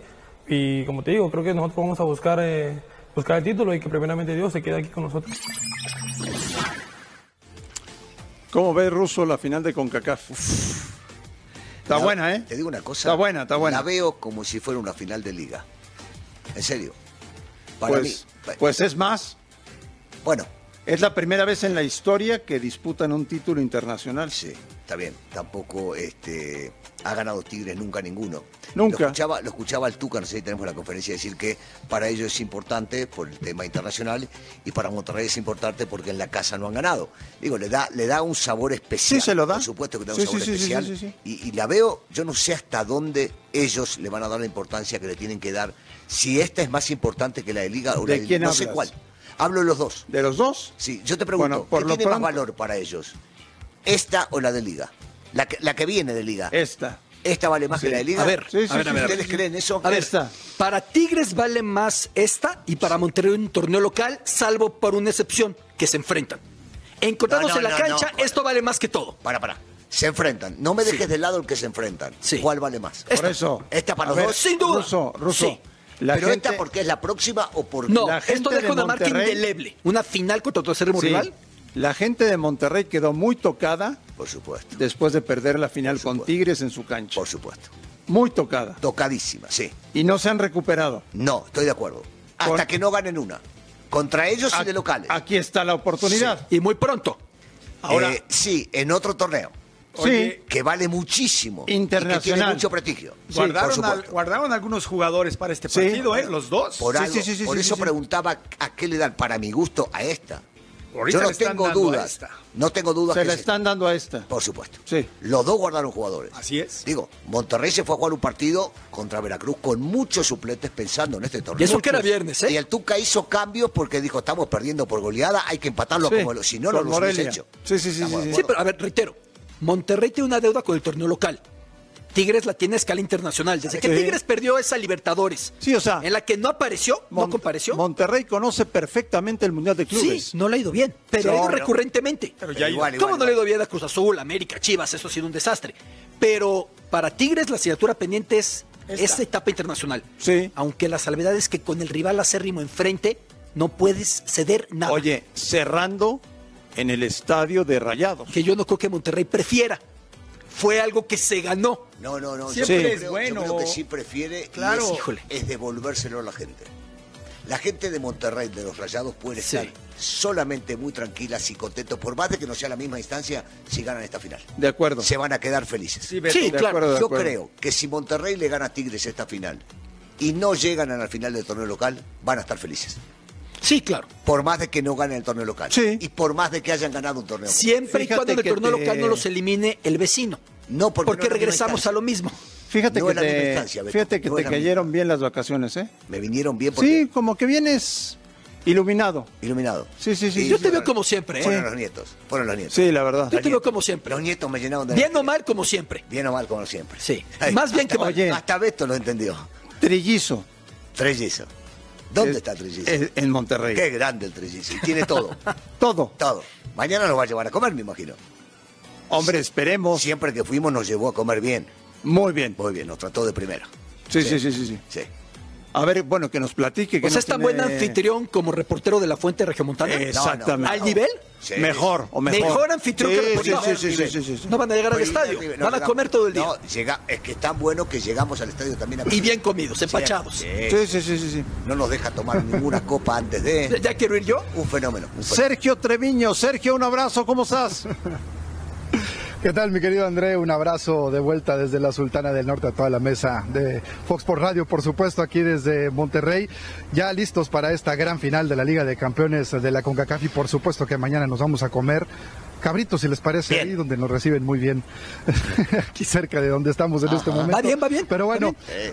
Y como te digo, creo que nosotros vamos a buscar, eh, buscar el título y que primeramente Dios se quede aquí con nosotros. ¿Cómo ve Russo la final de CONCACAF? Está La- buena, ¿eh? Te digo una cosa. Está buena, está buena. La veo como si fuera una final de liga. En serio. Para pues, mí. pues es más, Bueno, es la primera vez en la historia que disputan un título internacional. sí, está bien. Tampoco este, ha ganado Tigres nunca ninguno. Nunca. Lo escuchaba, lo escuchaba al Tuca, no sé si tenemos la conferencia, decir que para ellos es importante por el tema internacional y para Monterrey es importante porque en la casa no han ganado. Digo, le da, le da un sabor especial. Sí, se lo da. Por supuesto que le da Sí, un sabor sí, sí, sí, especial. sí, sí. Y, y la veo, yo no sé hasta dónde ellos le van a dar la importancia que le tienen que dar. Si esta es más importante que la de Liga o la ¿De de- quién No sé hablas? cuál. Hablo de los dos. ¿De los dos? Sí, yo te pregunto, Bueno, por ¿qué lo tiene más pronto- valor para ellos? ¿Esta o la de Liga? La que, la que viene de Liga. Esta. ¿Esta vale más que la de Liga? Eh, A ver, Sí, sí, a ver, a sí, ver. ¿Ustedes creen eso? A ver, Esta. para Tigres vale más esta y para Monterrey un torneo local, salvo por una excepción, que se enfrentan. Encontrándose No, no, en la no, cancha, no. esto vale más que todo. Para, para. Se enfrentan. No me dejes de lado el que se enfrentan. Sí. ¿Cuál vale más? Esta. Por eso. Esta para A los dos. Sin duda. Russo, Russo, Sí. La ¿Pero gente, esta porque es la próxima o porque No, La esto gente deja de una marca Monterrey- indeleble. Una final contra tu acérrimo sí, rival. la gente de Monterrey quedó muy tocada Por supuesto. después de perder la final Por con supuesto. Tigres en su cancha. Por supuesto. Muy tocada. Tocadísima, sí. Y no se han recuperado. No, estoy de acuerdo. Hasta Con- que no ganen una. Contra ellos y Ac- de locales. Aquí está la oportunidad. Y muy pronto. Ahora- Eh, sí, en otro torneo. Sí. Que vale muchísimo. Y que tiene Internacional. mucho prestigio. por Guardaron, al- supuesto. guardaron algunos jugadores para este Sí. partido, ¿eh? Los dos. Por, Sí, algo. sí, sí, sí, por sí, eso sí. preguntaba a qué le dan, para mi gusto, a esta. Ahorita Yo le no están tengo dando a dudas. esta. No tengo dudas. Se que la es- están dando a esta. Por supuesto. Sí. Los dos guardaron jugadores. Así es. Digo, Monterrey se fue a jugar un partido contra Veracruz con muchos suplentes pensando en este torneo. Y eso que era viernes, ¿eh? Y el Tuca hizo cambios porque dijo, estamos perdiendo por goleada, hay que empatarlo Sí, como lo- si no, no con lo hubiese Morelia. hecho. Sí, sí, sí, Estamos sí, de sí. Sí, acuerdo. pero a ver, reitero. Monterrey tiene una deuda con el torneo local. Tigres la tiene a escala internacional. Desde que Sí. Tigres perdió esa Libertadores. Sí, o sea, En la que no apareció, no Mon- compareció. Monterrey conoce perfectamente el Mundial de Clubes. Sí, no le ha ido bien, pero ha No, ido no. recurrentemente. Pero ya igual, ¿Cómo igual, no le ha igual. ido bien a Cruz Azul, América, Chivas? Eso ha sido un desastre. Pero para Tigres la asignatura pendiente es Esta. esta etapa internacional. Sí. Aunque la salvedad es que con el rival acérrimo enfrente no puedes ceder nada. Oye, cerrando en el estadio de Rayados. Que yo no creo que Monterrey prefiera fue algo que se ganó. No, no, no. Siempre yo es creo, bueno. Yo creo que sí prefiere y Claro. es, Híjole. es devolvérselo a la gente. La gente de Monterrey, de los Rayados, puede Sí. estar solamente muy tranquila y contentos, por más de que no sea la misma instancia, si ganan esta final. De acuerdo. Se van a quedar felices. Sí, Beto. Sí, de claro, acuerdo, de Yo acuerdo. creo que si Monterrey le gana a Tigres esta final y no llegan a la final del torneo local, van a estar felices. Sí, claro. Por más de que no ganen el torneo local. Sí. Y por más de que hayan ganado un torneo. Siempre Fíjate y cuando en el que torneo te- local no los elimine el vecino. No, porque, no es la misma regresamos instancia. a lo mismo. Fíjate No que es la misma te, instancia, Beto. fíjate que No te es la misma. cayeron bien las vacaciones, ¿eh? Me vinieron bien porque... Sí, como que vienes iluminado. Iluminado. Sí, sí, sí. Y Yo te veo fueron- como siempre, ¿eh? Fueron los nietos. Fueron los nietos. Sí, la verdad. Yo te veo como siempre. Los nietos me llenaron de... Bien energía. o mal, como siempre. Bien o mal, como siempre. Sí. Ay, Más bien que mal. Oye. Hasta Beto lo entendió. Trillizo. Trellizo. ¿Dónde Es- está Trellizo? es- En Monterrey. Qué grande el Trellizo. Y tiene todo. Todo. todo. Mañana nos va a llevar a comer, me imagino. Hombre, esperemos. Siempre que fuimos nos llevó a comer bien. Muy bien. Muy bien, nos trató de primera. Sí, sí, sí, sí, sí. Sí. A ver, bueno, que nos platique. Que O sea, nos es tan tiene- buen anfitrión como reportero de la Fuente Regiomontana. Exactamente. ¿Al nivel? Sí. Mejor o mejor. Mejor, anfitrión que sí, reportero. sí, sí, sí, sí, sí, sí. No van a llegar al Fue lindo estadio. el nivel. No, Van a llegamos- comer todo el día. No, llega, es que es tan bueno que llegamos al estadio también a Y bien comidos, empachados. Sí, Sí, sí, sí, sí, sí. No nos deja tomar ninguna copa antes de. ¿Ya quiero ir yo? Un fenómeno. un fenómeno. Sergio Treviño, Sergio, un abrazo, ¿cómo estás? ¿Qué tal, mi querido André? Un abrazo de vuelta desde la Sultana del Norte a toda la mesa de Fox por Radio, por supuesto, aquí desde Monterrey. Ya listos para esta gran final de la Liga de Campeones de la CONCACAF y por supuesto que mañana nos vamos a comer cabritos, si les parece, Bien. ahí donde nos reciben muy bien, aquí cerca de donde estamos en este momento. Va bien, va bien, Pero va bueno, bien. Sí.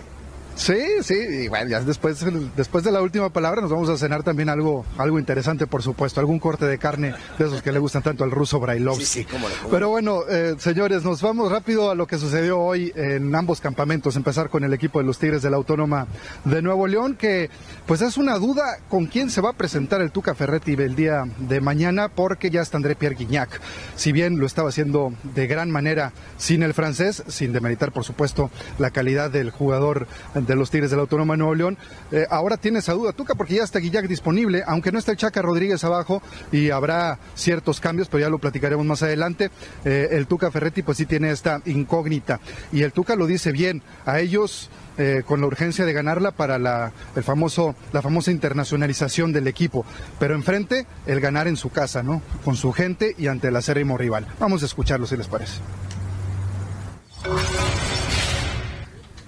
Sí, sí, y bueno, ya después, después de la última palabra nos vamos a cenar también algo, algo interesante, por supuesto, algún corte de carne de esos que le gustan tanto al ruso Brailovsky. Sí, sí, cómo no, cómo no. Pero bueno, eh, señores, nos vamos rápido a lo que sucedió hoy en ambos campamentos, empezar con el equipo de los Tigres de la Autónoma de Nuevo León, que pues es una duda con quién se va a presentar el Tuca Ferretti el día de mañana, porque ya está André Pierre Guignac, si bien lo estaba haciendo de gran manera sin el francés, sin demeritar por supuesto la calidad del jugador de los Tigres de la Autónoma de Nuevo León, eh, ahora tiene esa duda Tuca porque ya está Guillac disponible, aunque no está el Chaca Rodríguez abajo y habrá ciertos cambios, pero ya lo platicaremos más adelante. Eh, el Tuca Ferretti pues sí tiene esta incógnita y el Tuca lo dice bien, a ellos eh, con la urgencia de ganarla para la, el famoso, la famosa internacionalización del equipo, pero enfrente el ganar en su casa, ¿no? Con su gente y ante el acérrimo rival. Vamos a escucharlo si les parece.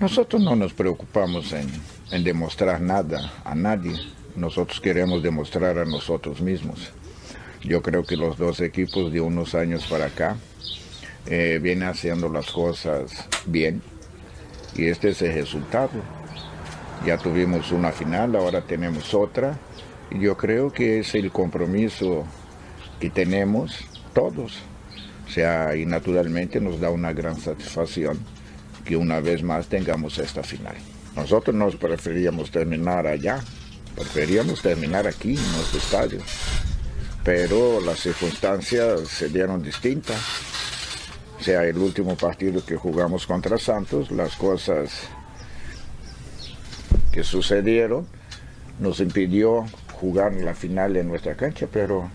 Nosotros no nos preocupamos en, en demostrar nada a nadie. Nosotros queremos demostrar a nosotros mismos. Yo creo que los dos equipos de unos años para acá eh, vienen haciendo las cosas bien y este es el resultado. Ya tuvimos una final, ahora tenemos otra. Y yo creo que es el compromiso que tenemos todos. O sea, y naturalmente nos da una gran satisfacción que una vez más tengamos esta final. Nosotros nos preferíamos terminar allá, preferíamos terminar aquí en nuestro estadio, pero las circunstancias se dieron distintas. O sea, el último partido que jugamos contra Santos, las cosas que sucedieron nos impidió jugar la final en nuestra cancha, pero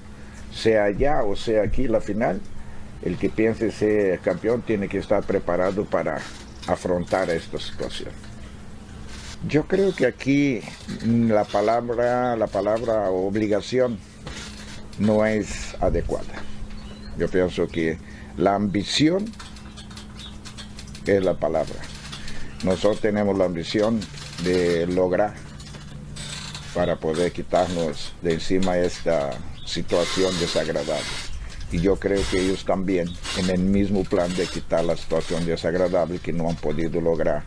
sea allá o sea aquí la final, el que piense ser campeón tiene que estar preparado para afrontar esta situación. Yo creo que aquí mm, la palabra, la palabra obligación no es adecuada. Yo pienso que la ambición es la palabra. Nosotros tenemos la ambición de lograr para poder quitarnos de encima esta situación desagradable. Y yo creo que ellos también en el mismo plan de quitar la situación desagradable que no han podido lograr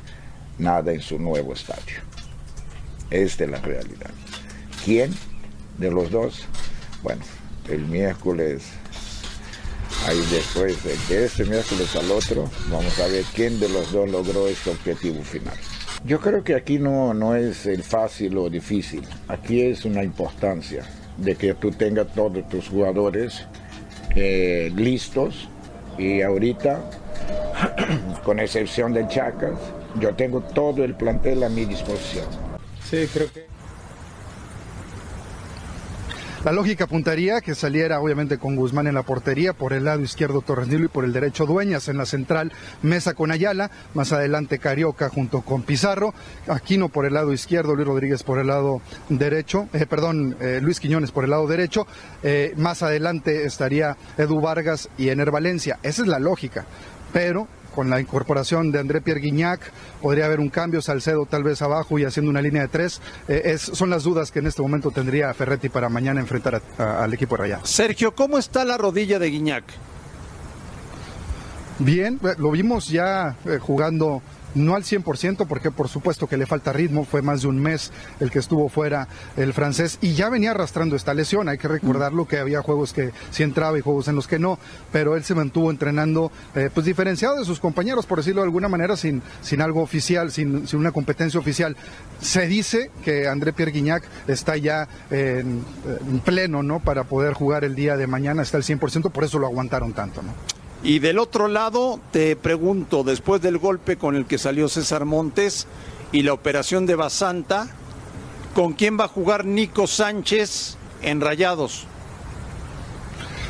nada en su nuevo estadio. Esta es la realidad. ¿Quién de los dos? Bueno, el miércoles, ahí después, de- de este miércoles al otro, vamos a ver quién de los dos logró este objetivo final. Yo creo que aquí no, no es el fácil o difícil, aquí es una importancia de que tú tengas todos tus jugadores eh, listos y ahorita, con excepción de Chacas, yo tengo todo el plantel a mi disposición. Sí, creo que. La lógica apuntaría que saliera obviamente con Guzmán en la portería, por el lado izquierdo Torres Nilo y por el derecho Dueñas en la central Mesa con Ayala, más adelante Carioca junto con Pizarro, Aquino por el lado izquierdo, Luis Rodríguez por el lado derecho, eh, perdón, eh, Luis Quiñones por el lado derecho, eh, más adelante estaría Edu Vargas y Ener Valencia. Esa es la lógica, pero con la incorporación de André Pierre Guignac, podría haber un cambio, Salcedo tal vez abajo y haciendo una línea de tres. Eh, es, son las dudas que en este momento tendría Ferretti para mañana enfrentar a- a- al equipo rayado. Sergio, ¿cómo está la rodilla de Guiñac? Bien, eh, lo vimos ya eh, jugando no al 100% porque por supuesto que le falta ritmo, fue más de un mes el que estuvo fuera el francés y ya venía arrastrando esta lesión, hay que recordarlo que había juegos que sí entraba y juegos en los que no, pero él se mantuvo entrenando eh, pues diferenciado de sus compañeros por decirlo de alguna manera sin, sin algo oficial, sin, sin una competencia oficial. Se dice que André Pierre Guignac está ya eh, en, en pleno, ¿no? Para poder jugar el día de mañana, está al 100%, por eso lo aguantaron tanto, ¿no? Y del otro lado, te pregunto, después del golpe con el que salió César Montes y la operación de Basanta, ¿con quién va a jugar Nico Sánchez en Rayados?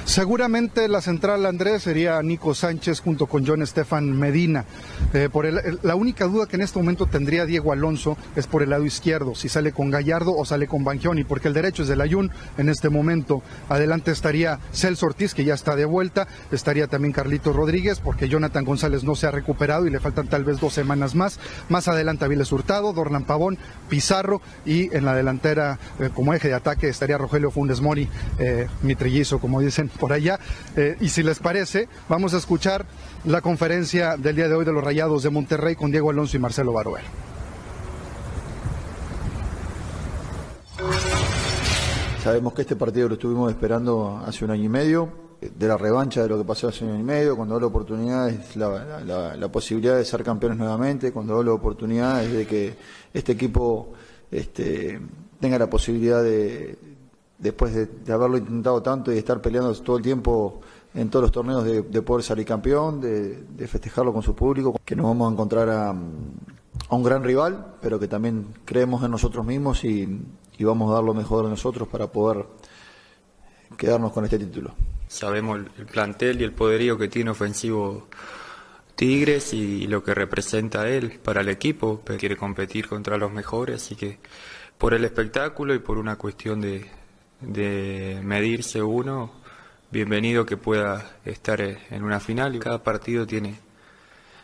Seguramente la central Andrés sería Nico Sánchez junto con John Estefan Medina. Eh, por el- el- la única duda que en este momento tendría Diego Alonso es por el lado izquierdo, si sale con Gallardo o sale con Bangioni, porque el derecho es del Ayun en este momento. Adelante estaría Celso Ortiz, que ya está de vuelta, estaría también Carlito Rodríguez, porque Jonathan González no se ha recuperado y le faltan tal vez dos semanas más. Más adelante Aviles Hurtado, Dorlan Pavón, Pizarro y en la delantera eh, como eje de ataque estaría Rogelio Funes Mori, eh, mi trillizo, como dicen por allá. Eh, y si les parece, vamos a escuchar la conferencia del día de hoy de los Rayados de Monterrey con Diego Alonso y Marcelo Baruel. Sabemos que este partido lo estuvimos esperando hace un año y medio, de la revancha de lo que pasó hace un año y medio, cuando hablo de oportunidades, la, la- la- la posibilidad de ser campeones nuevamente, cuando hablo de oportunidades de que este equipo este, tenga la posibilidad de, después de, de haberlo intentado tanto y de estar peleando todo el tiempo en todos los torneos, de, de poder salir campeón, de, de festejarlo con su público, que nos vamos a encontrar a, a un gran rival, pero que también creemos en nosotros mismos y, y vamos a dar lo mejor de nosotros para poder quedarnos con este título. Sabemos el, el plantel y el poderío que tiene ofensivo Tigres y, lo que representa él para el equipo. pero Quiere competir contra los mejores, así que por el espectáculo y por una cuestión de, de medirse uno, bienvenido que pueda estar eh, en una final. Cada partido tiene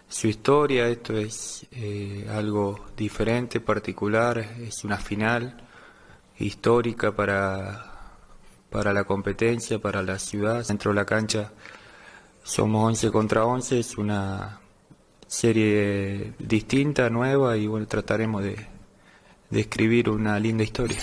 su historia, esto es eh, algo diferente, particular, es una final histórica para, para la competencia, para la ciudad. Dentro de la cancha somos 11 contra 11, es una serie distinta, nueva y bueno, trataremos de, de escribir una linda historia.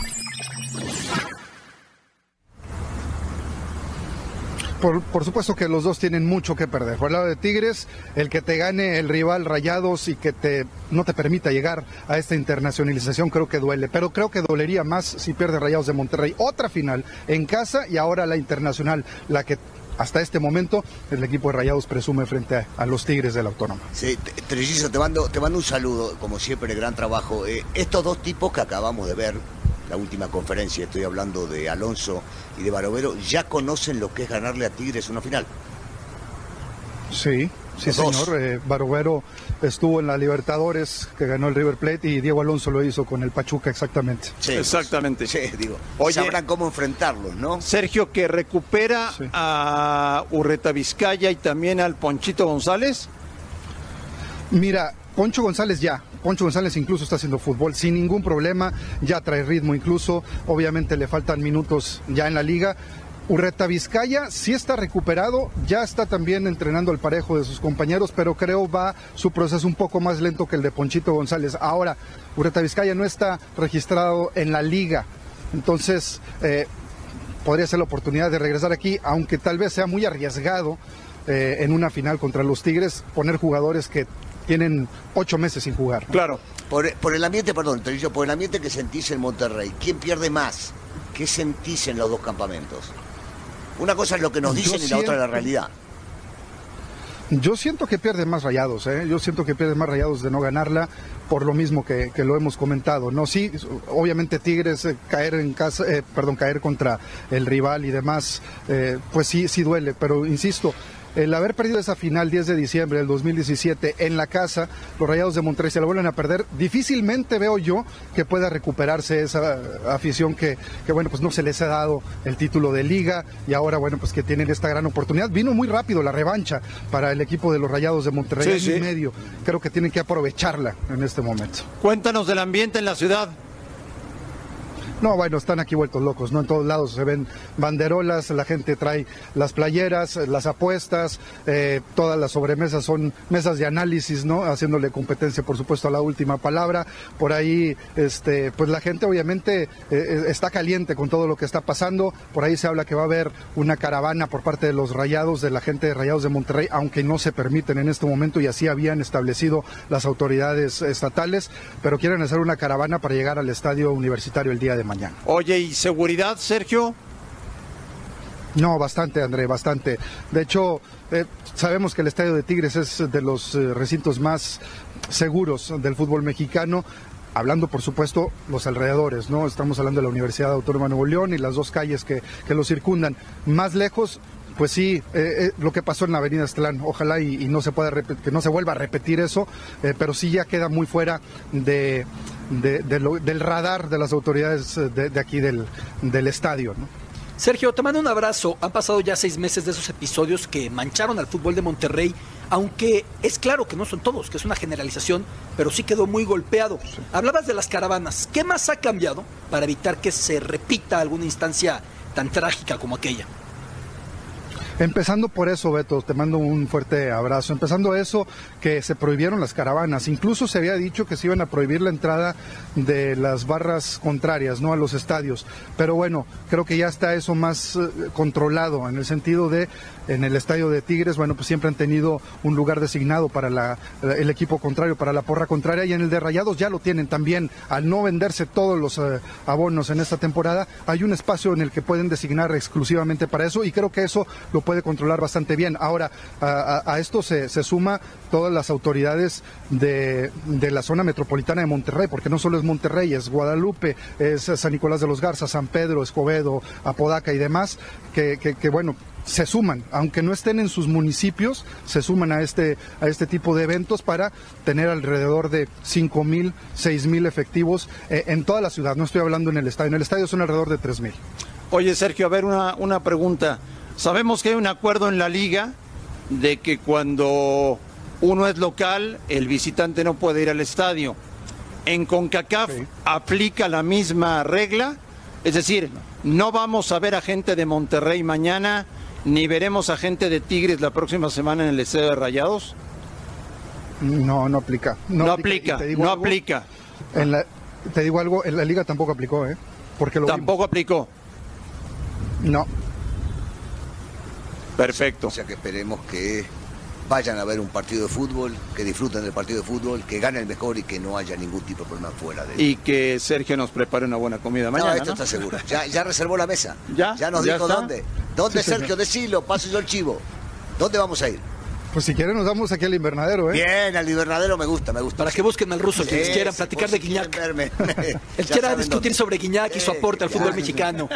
Por, por supuesto que los dos tienen mucho que perder. Por el lado de Tigres, el que te gane el rival Rayados y que te, no te permita llegar a esta internacionalización creo que duele, pero creo que dolería más si pierde Rayados de Monterrey. Otra final en casa y ahora la internacional, la que hasta este momento el equipo de Rayados presume frente a, a los Tigres del Autónoma. Sí, te- Trillizo, te mando, te mando un saludo, como siempre, gran trabajo. Eh, estos dos tipos que acabamos de ver, la última conferencia, estoy hablando de Alonso y de Barovero, ya conocen lo que es ganarle a Tigres una final. Sí, sí Los dos. señor. Eh, Barovero estuvo en la Libertadores que ganó el River Plate y Diego Alonso lo hizo con el Pachuca exactamente. Exactamente. Sí, digo. Oye. Sabrán cómo enfrentarlos, ¿no? Sergio, que recupera a Urreta Vizcaya y también al Ponchito González. Mira, Poncho González ya. Poncho González incluso está haciendo fútbol sin ningún problema, ya trae ritmo incluso, obviamente le faltan minutos ya en la liga. Urreta Vizcaya sí está recuperado, ya está también entrenando al parejo de sus compañeros, pero creo va su proceso un poco más lento que el de Ponchito González. Ahora, Urreta Vizcaya no está registrado en la liga, entonces eh, podría ser la oportunidad de regresar aquí, aunque tal vez sea muy arriesgado eh, en una final contra los Tigres poner jugadores que tienen ocho meses sin jugar. Claro. Por, por el ambiente, perdón, Trillizo, por el ambiente que sentís en Monterrey, ¿quién pierde más? ¿Qué sentís en los dos campamentos? Una cosa es lo que nos Yo dicen y la otra es la siento- realidad. Yo siento que pierden más rayados, ¿eh? yo siento que pierden más rayados de no ganarla por lo mismo que, que lo hemos comentado. No, sí, obviamente Tigres eh, caer en casa, eh, perdón, caer contra el rival y demás, eh, pues sí, sí duele, pero insisto. El haber perdido esa final 10 de diciembre del 2017 en la casa, los Rayados de Monterrey se la vuelven a perder. Difícilmente veo yo que pueda recuperarse esa afición que, que, bueno, pues no se les ha dado el título de liga y ahora, bueno, pues que tienen esta gran oportunidad. Vino muy rápido la revancha para el equipo de los Rayados de Monterrey Sí, año y sí. medio. Creo que tienen que aprovecharla en este momento. Cuéntanos del ambiente en la ciudad. No, bueno, están aquí vueltos locos, ¿no? En todos lados se ven banderolas, la gente trae las playeras, las apuestas, eh, todas las sobremesas son mesas de análisis, ¿no? Haciéndole competencia, por supuesto, a la última palabra. Por ahí, este, pues la gente obviamente eh, eh, está caliente con todo lo que está pasando. Por ahí se habla que va a haber una caravana por parte de los rayados, de la gente de rayados de Monterrey, aunque no se permiten en este momento y así habían establecido las autoridades estatales, pero quieren hacer una caravana para llegar al estadio universitario el día de mañana. Oye, ¿y seguridad, Sergio? No, bastante, André, bastante. De hecho, eh, sabemos que el Estadio de Tigres es de los eh, recintos más seguros del fútbol mexicano. Hablando, por supuesto, los alrededores, ¿no? Estamos hablando de la Universidad Autónoma de Nuevo León y las dos calles que, que lo circundan. Más lejos, pues sí, eh, eh, lo que pasó en la Avenida Estelán, ojalá y, y no se pueda repe- que no se vuelva a repetir eso, eh, pero sí ya queda muy fuera de, de- de lo- del radar de las autoridades eh, de, de aquí del, del estadio, ¿no? Sergio, te mando un abrazo. Han pasado ya seis meses de esos episodios que mancharon al fútbol de Monterrey, aunque es claro que no son todos, que es una generalización, pero sí quedó muy golpeado. Hablabas de las caravanas. ¿Qué más ha cambiado para evitar que se repita alguna instancia tan trágica como aquella? Empezando por eso, Beto, te mando un fuerte abrazo. Empezando eso, que se prohibieron las caravanas. Incluso se había dicho que se iban a prohibir la entrada de las barras contrarias, ¿no? A los estadios. Pero bueno, creo que ya está eso más eh, controlado, en el sentido de, en el estadio de Tigres, bueno, pues siempre han tenido un lugar designado para la- eh, el equipo contrario, para la porra contraria, y en el de Rayados ya lo tienen también. Al no venderse todos los eh, abonos en esta temporada, hay un espacio en el que pueden designar exclusivamente para eso y creo que eso lo puede controlar bastante bien. Ahora, a, a- a esto se, se suma todas las autoridades de, de la zona metropolitana de Monterrey, porque no solo es Monterrey, es Guadalupe, es San Nicolás de los Garza, San Pedro, Escobedo, Apodaca y demás, que, que- que, bueno, se suman, aunque no estén en sus municipios, se suman a este, a este tipo de eventos para tener alrededor de 5 mil, 6 mil efectivos eh, en toda la ciudad. No estoy hablando en el estadio, en el estadio son alrededor de 3 mil. Oye, Sergio, a ver una, una pregunta. Sabemos que hay un acuerdo en la liga de que cuando uno es local, el visitante no puede ir al estadio. En CONCACAF aplica la misma regla, es decir, no vamos a ver a gente de Monterrey mañana, ni veremos a gente de Tigres la próxima semana en el Estadio de Rayados. No, no aplica. No, y aplica, te digo no algo, aplica. en la- te digo algo, en la liga tampoco aplicó, ¿eh? Porque lo Tampoco aplicó. vimos. No, Perfecto. O sea que esperemos que vayan a ver un partido de fútbol, que disfruten del partido de fútbol, que gane el mejor y que no haya ningún tipo de problema fuera de él. Y que Sergio nos prepare una buena comida No, mañana. esto ¿no? está seguro. Ya, ya reservó la mesa. ¿Ya? nos ¿Ya dijo está? dónde. ¿Dónde, Sí, señor. Sergio? Decilo, paso yo el chivo. ¿Dónde vamos a ir? pues si quieren nos vamos aquí al invernadero, ¿eh? Bien, al invernadero me gusta, me gusta. Para que busquen al ruso, quienes Sí, quieran sí, platicar por de si quieren Guiñac. verme. El Ya quiera saben discutir dónde. sobre Guiñac y su Eh, aporte al ya. fútbol mexicano. No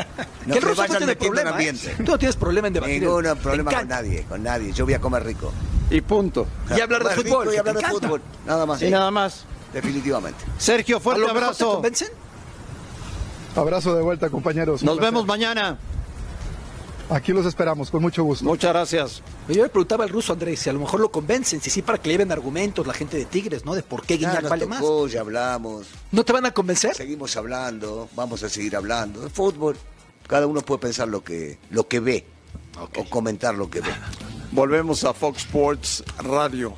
que el se ruso no vayan tiene metiendo en problema. ¿eh? ambiente. Tú no tienes problema en debatir. Ningún Te problema con encanta. nadie, con nadie. Yo voy a comer rico. Ah, Y punto. Y hablar de Comer rico fútbol. Y que te hablar de encanta. fútbol. Nada más. Y nada más. Definitivamente. Sergio, ¿A lo fuerte mejor te abrazo. convencen? Abrazo de vuelta, compañeros. Un Nos placer. vemos mañana. Aquí los esperamos, con mucho gusto. Muchas gracias. Yo le preguntaba al ruso, Andrés, si a lo mejor lo convencen, si sí, para que le lleven argumentos la gente de Tigres, ¿no? De por qué Ya Guiñac Ah, nos vale más. tocó, ya hablamos. ¿No te van a convencer? Seguimos hablando, vamos a seguir hablando. El fútbol, cada uno puede pensar lo que, lo que ve o comentar lo que ve. Volvemos a Fox Sports Radio.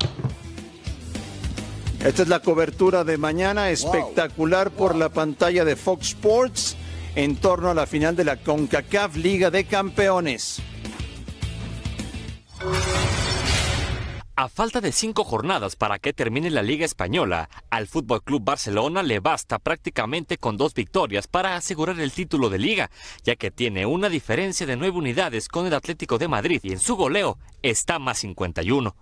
Esta es la cobertura de mañana, espectacular por la pantalla de Fox Sports en torno a la final de la CONCACAF Liga de Campeones. A falta de cinco jornadas para que termine la Liga Española, al Fútbol Club Barcelona le basta prácticamente con dos victorias para asegurar el título de Liga, ya que tiene una diferencia de nueve unidades con el Atlético de Madrid y en su goleo está más 51.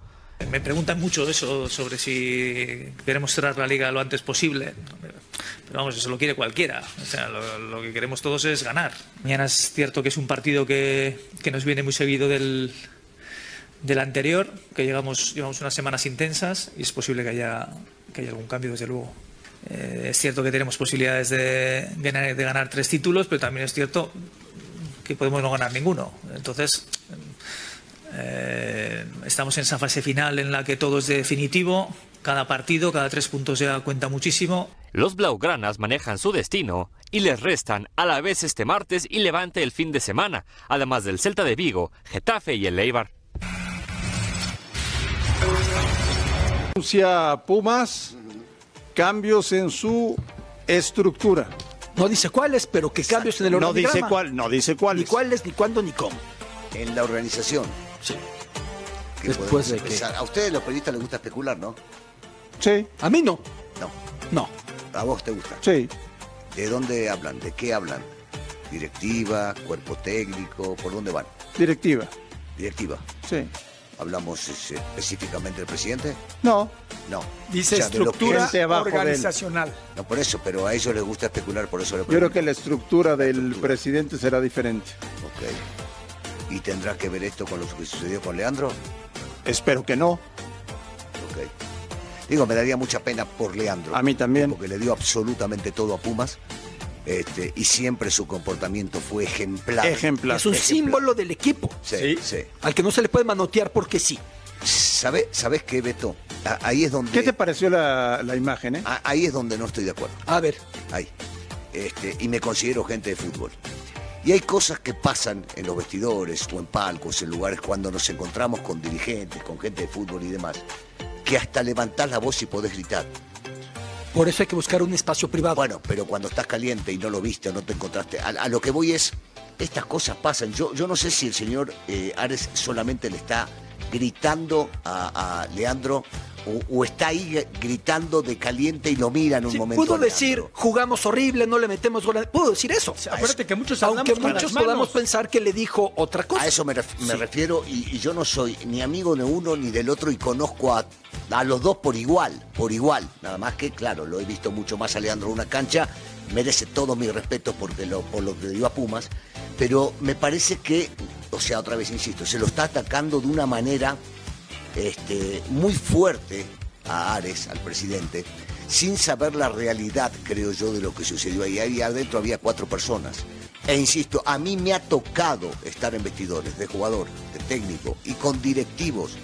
Me preguntan mucho de eso, sobre si queremos cerrar la liga lo antes posible. Pero vamos, eso lo quiere cualquiera. O sea, lo, lo que queremos todos es ganar. Mañana es cierto que es un partido que, que nos viene muy seguido del, del anterior, que llegamos, llevamos unas semanas intensas y es posible que haya, que haya algún cambio, desde luego. Eh, es cierto que tenemos posibilidades de ganar, de ganar tres títulos, pero también es cierto que podemos no ganar ninguno. Entonces, eh, estamos en esa fase final en la que todo es definitivo, cada partido, cada tres puntos ya cuenta muchísimo. Los Blaugranas manejan su destino y les restan a la vez este martes y Levante el fin de semana, además del Celta de Vigo, Getafe y el Eibar. Anuncia Pumas cambios en su estructura. No dice cuáles, pero que cambios en el No organigrama. dice cuál, no dice cuáles. Ni cuáles, ni cuándo, ni cómo. En la organización. Sí. Que Después podemos de que- empezar. A ustedes los periodistas les gusta especular, ¿no? Sí. A mí no. No. No. ¿A vos te gusta? Sí. ¿De dónde hablan? ¿De qué hablan? ¿Directiva? ¿Cuerpo técnico? ¿Por dónde van? Directiva. ¿Directiva? Sí. ¿Hablamos es, específicamente del presidente? No. No. Dice O sea, de lo que estructura es- organizacional. No, por eso, pero a ellos les gusta especular, por eso le Yo creo que la estructura del presidente será diferente. Ok. ¿Y tendrá que ver esto con lo que sucedió con Leandro? Espero que no. Ok. Digo, me daría mucha pena por Leandro. A mí también. Porque le dio absolutamente todo a Pumas. Este, y siempre su comportamiento fue ejemplar. Ejemplar. Es un símbolo del equipo. Sí, sí. Al que no se le puede manotear porque sí. ¿Sabe- ¿Sabes qué, Beto? A- Ahí es donde. ¿Qué te pareció la, la imagen? Eh? a- Ahí es donde no estoy de acuerdo. A ver. Ahí. Este, y me considero gente de fútbol. Y hay cosas que pasan en los vestidores o en palcos, en lugares cuando nos encontramos con dirigentes, con gente de fútbol y demás, que hasta levantás la voz y podés gritar. Por eso hay que buscar un espacio privado. Bueno, pero cuando estás caliente y no lo viste o no te encontraste, a, a lo que voy es, estas cosas pasan. Yo, yo no sé si el señor eh, Ares solamente le está gritando a, a Leandro o, o está ahí gritando de caliente y lo mira en un Sí, momento. pudo a Leandro. decir, jugamos horrible, no le metemos gol. a- Pudo decir eso. Acuérdate que muchos Aunque andamos con las muchos manos. podamos pensar que le dijo otra cosa. A eso me, ref- me Sí. refiero y, y yo no soy ni amigo de uno ni del otro y conozco a, a los dos por igual, por igual. Nada más que, claro, lo he visto mucho más a Leandro en una cancha, merece todo mi respeto porque lo, por lo que dio a Pumas, pero me parece que, o sea, otra vez insisto, se lo está atacando de una manera este, muy fuerte a Ares, al presidente, sin saber la realidad, creo yo, de lo que sucedió ahí. Ahí adentro había cuatro personas. E insisto, a mí me ha tocado estar en vestidores de jugador, de técnico y con directivos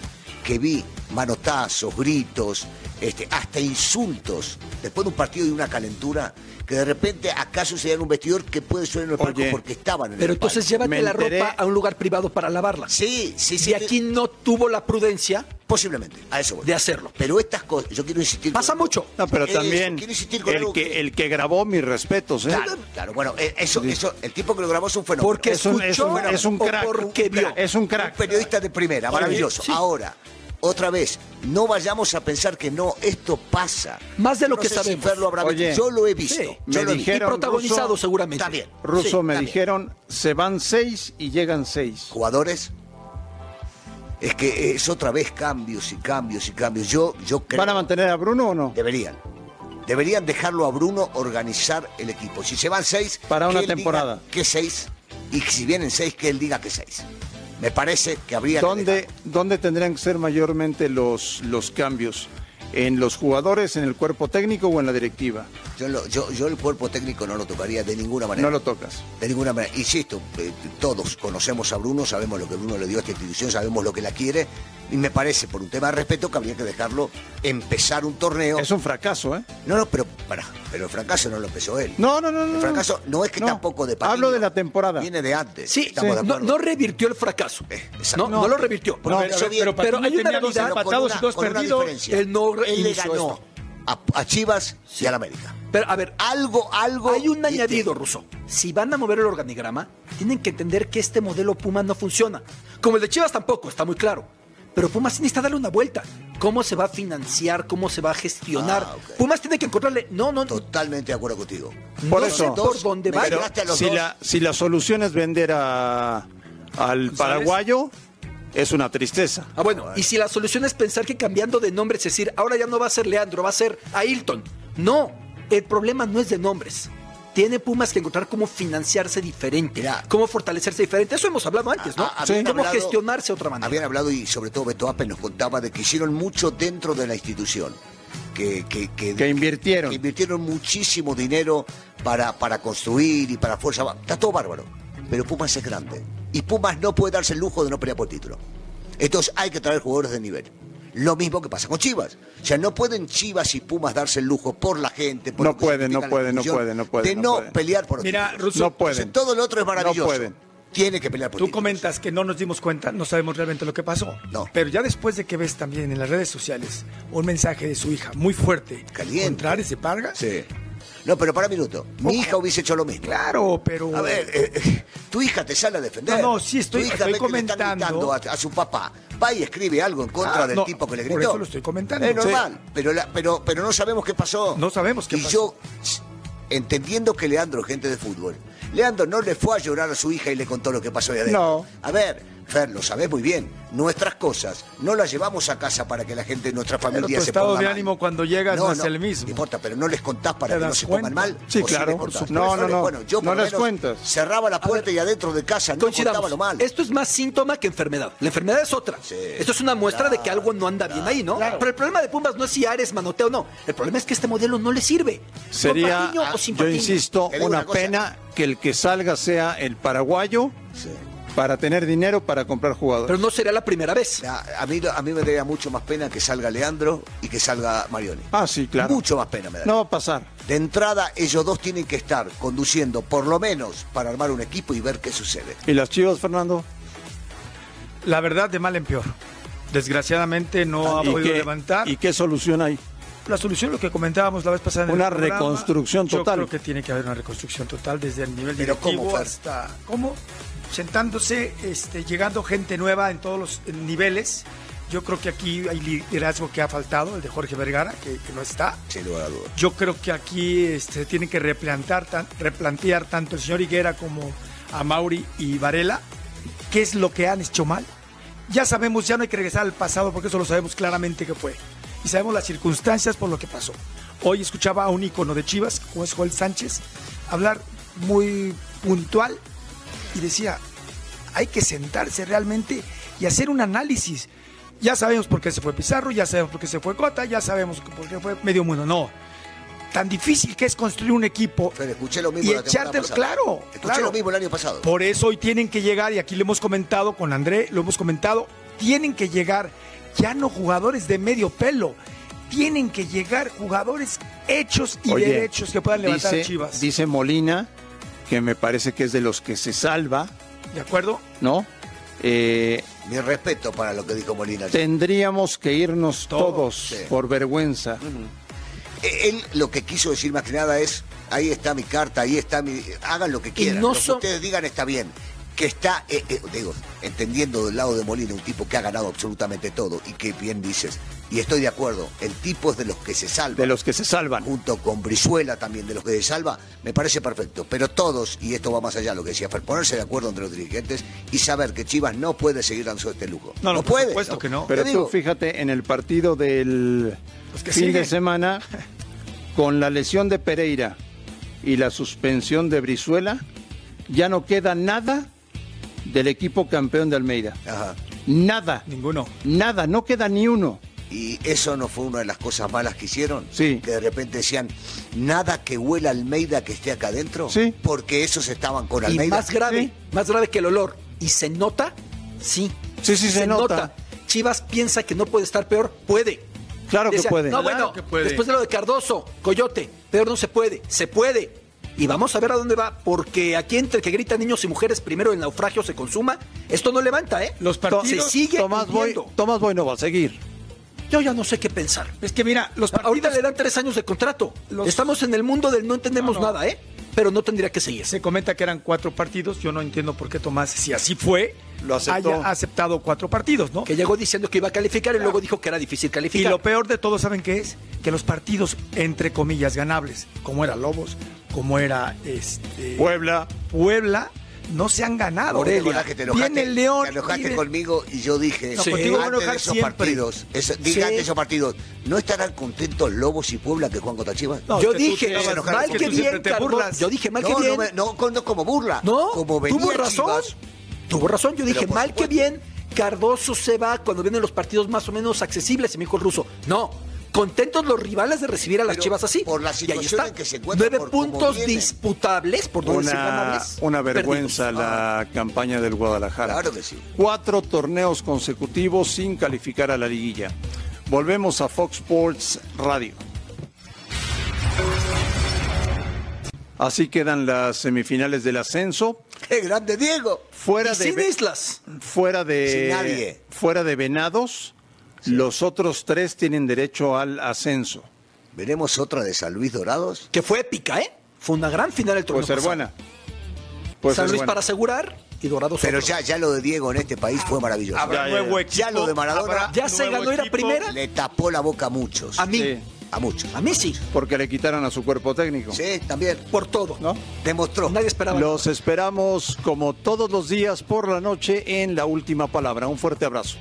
que vi manotazos, gritos, este, hasta insultos, después de un partido y una calentura, que de repente acaso se en un vestidor que puede sonar en el palco Oye, porque estaban en Pero el palco. entonces llévate Me la enteré- ropa a un lugar privado para lavarla. Sí, sí, sí. Si aquí no tuvo la prudencia Posiblemente, a eso voy. de hacerlo. Pero estas cosas, yo quiero insistir. con Pasa algo. mucho. No, pero Eh, también quiero insistir con el algo que, el que grabó mis respetos. ¿eh? Claro, claro, bueno, eh, eso, eso, el tipo que lo grabó es un fenómeno. Porque Es un- es escuchó un- es un o crack, porque un vio. crack. es un Un periodista de primera, maravilloso. Sí. Ahora, otra vez, no vayamos a pensar que no, esto pasa. Más de lo No que sé si sabemos. Fer lo habrá Oye, visto. Yo lo he Sí. visto. me yo lo he visto. y dijeron, protagonizado Russo, seguramente. Está bien. Ruso, Sí, me está bien. dijeron, se van seis y llegan seis. Jugadores. Es que es otra vez cambios y cambios y cambios. Yo, yo creo. ¿Van a mantener a Bruno o no? Deberían. Deberían dejarlo a Bruno organizar el equipo. Si se van seis. Para que una él diga temporada. Que seis. Y si vienen seis, que él diga que seis. Me parece que habría que ¿Dónde, dejar. ¿Dónde tendrían que ser mayormente los, los cambios? ¿En los jugadores, en el cuerpo técnico o en la directiva? Yo, lo- yo, yo el cuerpo técnico no lo tocaría de ninguna manera. No lo tocas. De ninguna manera. Insisto, eh, todos conocemos a Bruno, sabemos lo que Bruno le dio a esta institución, sabemos lo que la quiere. Y me parece, por un tema de respeto, que habría que dejarlo empezar un torneo. Es un fracaso, ¿eh? No, no, pero para, pero el fracaso no lo empezó él. No, no, no. no El fracaso no es que tampoco de Patiño. Hablo de la temporada. Viene de antes. Sí, estamos de no, acuerdo. no revirtió el fracaso. Eh, exacto. no, no, lo revirtió. No, Porque pero- eso bien, pero pero hay una tenía dos realidad. Con empatados una- y dos con una perdidos. diferencia. Él no Él le inició ganó esto. a, a Chivas y al América. Pero a ver, Algo, algo. Hay un este, añadido, Ruso. Si van a mover el organigrama, tienen que entender que este modelo Puma no funciona. Como el de Chivas tampoco, está muy claro. Pero Pumas sí necesita darle una vuelta. ¿Cómo se va a financiar? ¿Cómo se va a gestionar? Ah, ok. Pumas tiene que encontrarle. No, no, Totalmente de acuerdo contigo. Por no eso. sé por dónde Me va. llegaste a los si dos. la, si la solución es vender a, al paraguayo, es una tristeza. Ah, bueno, y si la solución es pensar que cambiando de nombre, es decir, ahora ya no va a ser Leandro, va a ser Ailton. No, el problema no es de nombres. Tiene Pumas que encontrar cómo financiarse diferente, cómo fortalecerse diferente. Eso hemos hablado antes, ¿no? Ah, habían Cómo hablado- gestionarse otra manera. Habían hablado y sobre todo Beto Ape nos contaba de que hicieron mucho dentro de la institución. Que, que, que, invirtieron. Que invirtieron muchísimo dinero para, para construir y para fuerza. Está todo bárbaro. Pero Pumas es grande. Y Pumas no puede darse el lujo de no pelear por título. Entonces hay que traer jugadores de nivel. Lo mismo que pasa con Chivas. O sea, no pueden Chivas y Pumas darse el lujo por la gente. Por No lo que pueden, significa no la pueden, no institución, pueden, no pueden, De no no, pueden. pelear por los Mira, títulos. Russo, No pueden. Entonces, todo lo otro es No maravilloso. pueden. Tiene que pelear por Tú comentas que no nos dimos cuenta, no sabemos realmente lo que pasó. Pero ya después de que ves también en las redes sociales un mensaje de su hija muy fuerte, caliente, contra Ares de Parga. Sí. No, pero para un minuto. Mi hija hubiese hecho lo mismo. Claro, pero. A ver, eh, eh, tu hija te sale a defender. No, no, sí, estoy- tu hija estoy ve que le están comentando. gritando a, a su papá. Va y escribe algo en contra Ah, del no, tipo que le por gritó. eso lo estoy comentando. Es Sí. normal, pero, la- pero, pero no sabemos qué pasó. No sabemos qué y yo, s- entendiendo que Leandro es gente de fútbol, Leandro no le fue a llorar a su hija y le contó lo que pasó allá adentro. No. A ver, Fer, lo sabés muy bien. Nuestras cosas no las llevamos a casa para que la gente, nuestra Pero familia tu se estado ponga de mal. ánimo cuando llegas no, No, es no, el mismo. No importa, pero no les contás para ¿Te que no das se cuenta? pongan mal. Sí, o claro, les por contás. supuesto. Por eso, No, no, no. Bueno, yo por No lo les menos cuentas. cerraba la puerta y adentro de casa no contaba Coincidamos. lo mal. Esto es más síntoma que enfermedad. La enfermedad es otra. Esto es una muestra de que algo no anda bien ahí, ¿no? Pero el problema de Pumas no es si Ares manoteo o no. El problema es que este modelo no le sirve. Sería, Con Patiño o sin yo Patiño. insisto, una pena que el que salga sea el paraguayo para tener dinero para comprar jugadores. Pero no sería la primera vez. A mí, a mí me daría mucho más pena que salga Leandro y que salga Marioni. Ah, sí, claro. Mucho más pena me daría. No va a pasar. De entrada, ellos dos tienen que estar conduciendo, por lo menos, para armar un equipo y ver qué sucede. ¿Y las chivas, Fernando? La verdad, de mal en peor. Desgraciadamente no ha ¿Y podido qué- levantar. ¿Y qué solución hay? La solución, lo que comentábamos la vez pasada. en el Una programa, reconstrucción total. Yo creo que tiene que haber una reconstrucción total desde el nivel Pero directivo ¿cómo, Fer? hasta cómo sentándose, este, llegando gente nueva en todos los eh, niveles. Yo creo que aquí hay liderazgo que ha faltado, el de Jorge Vergara, que, que no está. Sin lugar a dudas. Yo creo que aquí este, se tienen que replantar, tan- replantear tanto el señor Higuera como a Mauri y Varela qué es lo que han hecho mal. Ya sabemos, ya no hay que regresar al pasado porque eso lo sabemos claramente que fue. Y sabemos las circunstancias por lo que pasó. Hoy escuchaba a un ícono de Chivas, como es Joel Sánchez, hablar muy puntual y decía, hay que sentarse realmente y hacer un análisis. Ya sabemos por qué se fue Pizarro, ya sabemos por qué se fue Cota, ya sabemos por qué fue Medio Mundo. No. Tan difícil que es construir un equipo. Pero escuché lo mismo y la temporada echártelo- pasada. claro. Escuché claro. lo mismo el año pasado. Por eso hoy tienen que llegar, y aquí lo hemos comentado con André, lo hemos comentado, tienen que llegar ya no jugadores de medio pelo, tienen que llegar jugadores hechos y Oye, derechos que puedan levantar a dice- Chivas. Dice Molina, que me parece que es de los que se salva, ¿De acuerdo? ¿no? Eh, Mi respeto para lo que dijo Molina. tendríamos que irnos todos, por vergüenza. Eh, Él lo que quiso decir más que nada es, ahí está mi carta, ahí está mi... Hagan lo que quieran, no lo que son- ustedes digan está bien. Que está, eh, eh, digo, entendiendo del lado de Molina, un tipo que ha ganado absolutamente todo y que bien dices, y estoy de acuerdo, el tipo es de los que se salvan. De los que se salvan. Junto con Brizuela también, de los que se salva, me parece perfecto. Pero todos, y esto va más allá de lo que decía, Fer, ponerse de acuerdo entre los dirigentes y saber que Chivas no puede seguir dando este lujo. No, puede. no. Te Pero digo, tú fíjate en el partido del que fin siguen. de semana, con la lesión de Pereira y la suspensión de Brizuela, ya no queda nada del equipo campeón de Almeida. Nada. Ninguno. Nada, no queda ni uno. Y eso no fue una de las cosas malas que hicieron. Sí. Que de repente decían, nada que huela a Almeida que esté acá adentro. Sí. Porque esos estaban con Y Almeida. más grave, más grave que el olor. ¿Y se nota? Sí. Sí, sí, se nota. Chivas piensa que no puede estar peor. Puede. Claro que puede. No, Claro bueno, que puede. después de lo de Cardoso, Coyote, peor no se puede. Se puede. Y vamos a ver a dónde va, porque aquí entre que gritan niños y mujeres, primero el naufragio se consuma. Esto no levanta, ¿eh? Los partidos, se sigue Tomás Boy- Tomás Boy no va a seguir. Yo ya no sé qué pensar. Es que mira, los ahorita le dan tres años de contrato. Estamos en el mundo del no entendemos nada, ¿eh? Pero no tendría que seguir. Se comenta que eran cuatro partidos, yo no entiendo por qué Tomás, si así fue, Lo aceptó. haya aceptado cuatro partidos, ¿no? Que llegó diciendo que iba a calificar y luego dijo que era difícil Y calificar. lo peor de todo, ¿saben qué es? Que los partidos, entre eh, comillas, ganables, como era Lobos, como era este, Puebla. Puebla, no se han ganado. Con la que te enojaste, viene el León. te enojaste viene- conmigo y yo dije, No, "Sí, contigo me voy a antes de enojar esos siempre". partidos, eso- dije Sí. antes de esos partidos, ¿no estarán contentos Lobos y Puebla que juegan contra Chivas? No, Yo es que tú dije, te- mal enojaste que conmigo. bien, Carlos, yo dije, mal que No, bien. No, me- no, con- no como burla, No, como venía tuvo razón. Chivas, Tuvo razón, yo Pero dije, por mal que bien, Cardoso se va cuando vienen los partidos más o menos accesibles, y me dijo el ruso. No, contentos los rivales de recibir a las chivas así. Por la situación en que se encuentran, Nueve por cómo puntos vienen. disputables, por no decir Una, ganables. una vergüenza la campaña del Guadalajara. Ah. Claro que sí. Cuatro torneos consecutivos sin calificar a la liguilla. Volvemos a Fox Sports Radio. Así quedan las semifinales del ascenso. ¡Qué grande Diego! Fuera Y de sin Ve- islas. Fuera de Sin nadie. Fuera de Venados, los otros tres tienen derecho al ascenso. ¿Veremos otra de San Luis Dorados? Que fue épica, ¿eh? Fue una gran final del torneo. Puede ser pasado. buena. Puede San ser Luis buena. para asegurar y Dorados Pero otro. ya, ya lo de Diego en este país fue maravilloso. Habrá Ya, ya, Ah, nuevo ya. equipo. Ya lo de Maradona habrá Ya se nuevo ganó, era equipo. primera. le tapó la boca a muchos. A mí, Sí. A muchos. a mí sí, Porque le quitaron a su cuerpo técnico. Sí, también. por todo. ¿No? Demostró. Nadie esperaba. Los esperamos como todos los días por la noche en La Última Palabra. Un fuerte abrazo.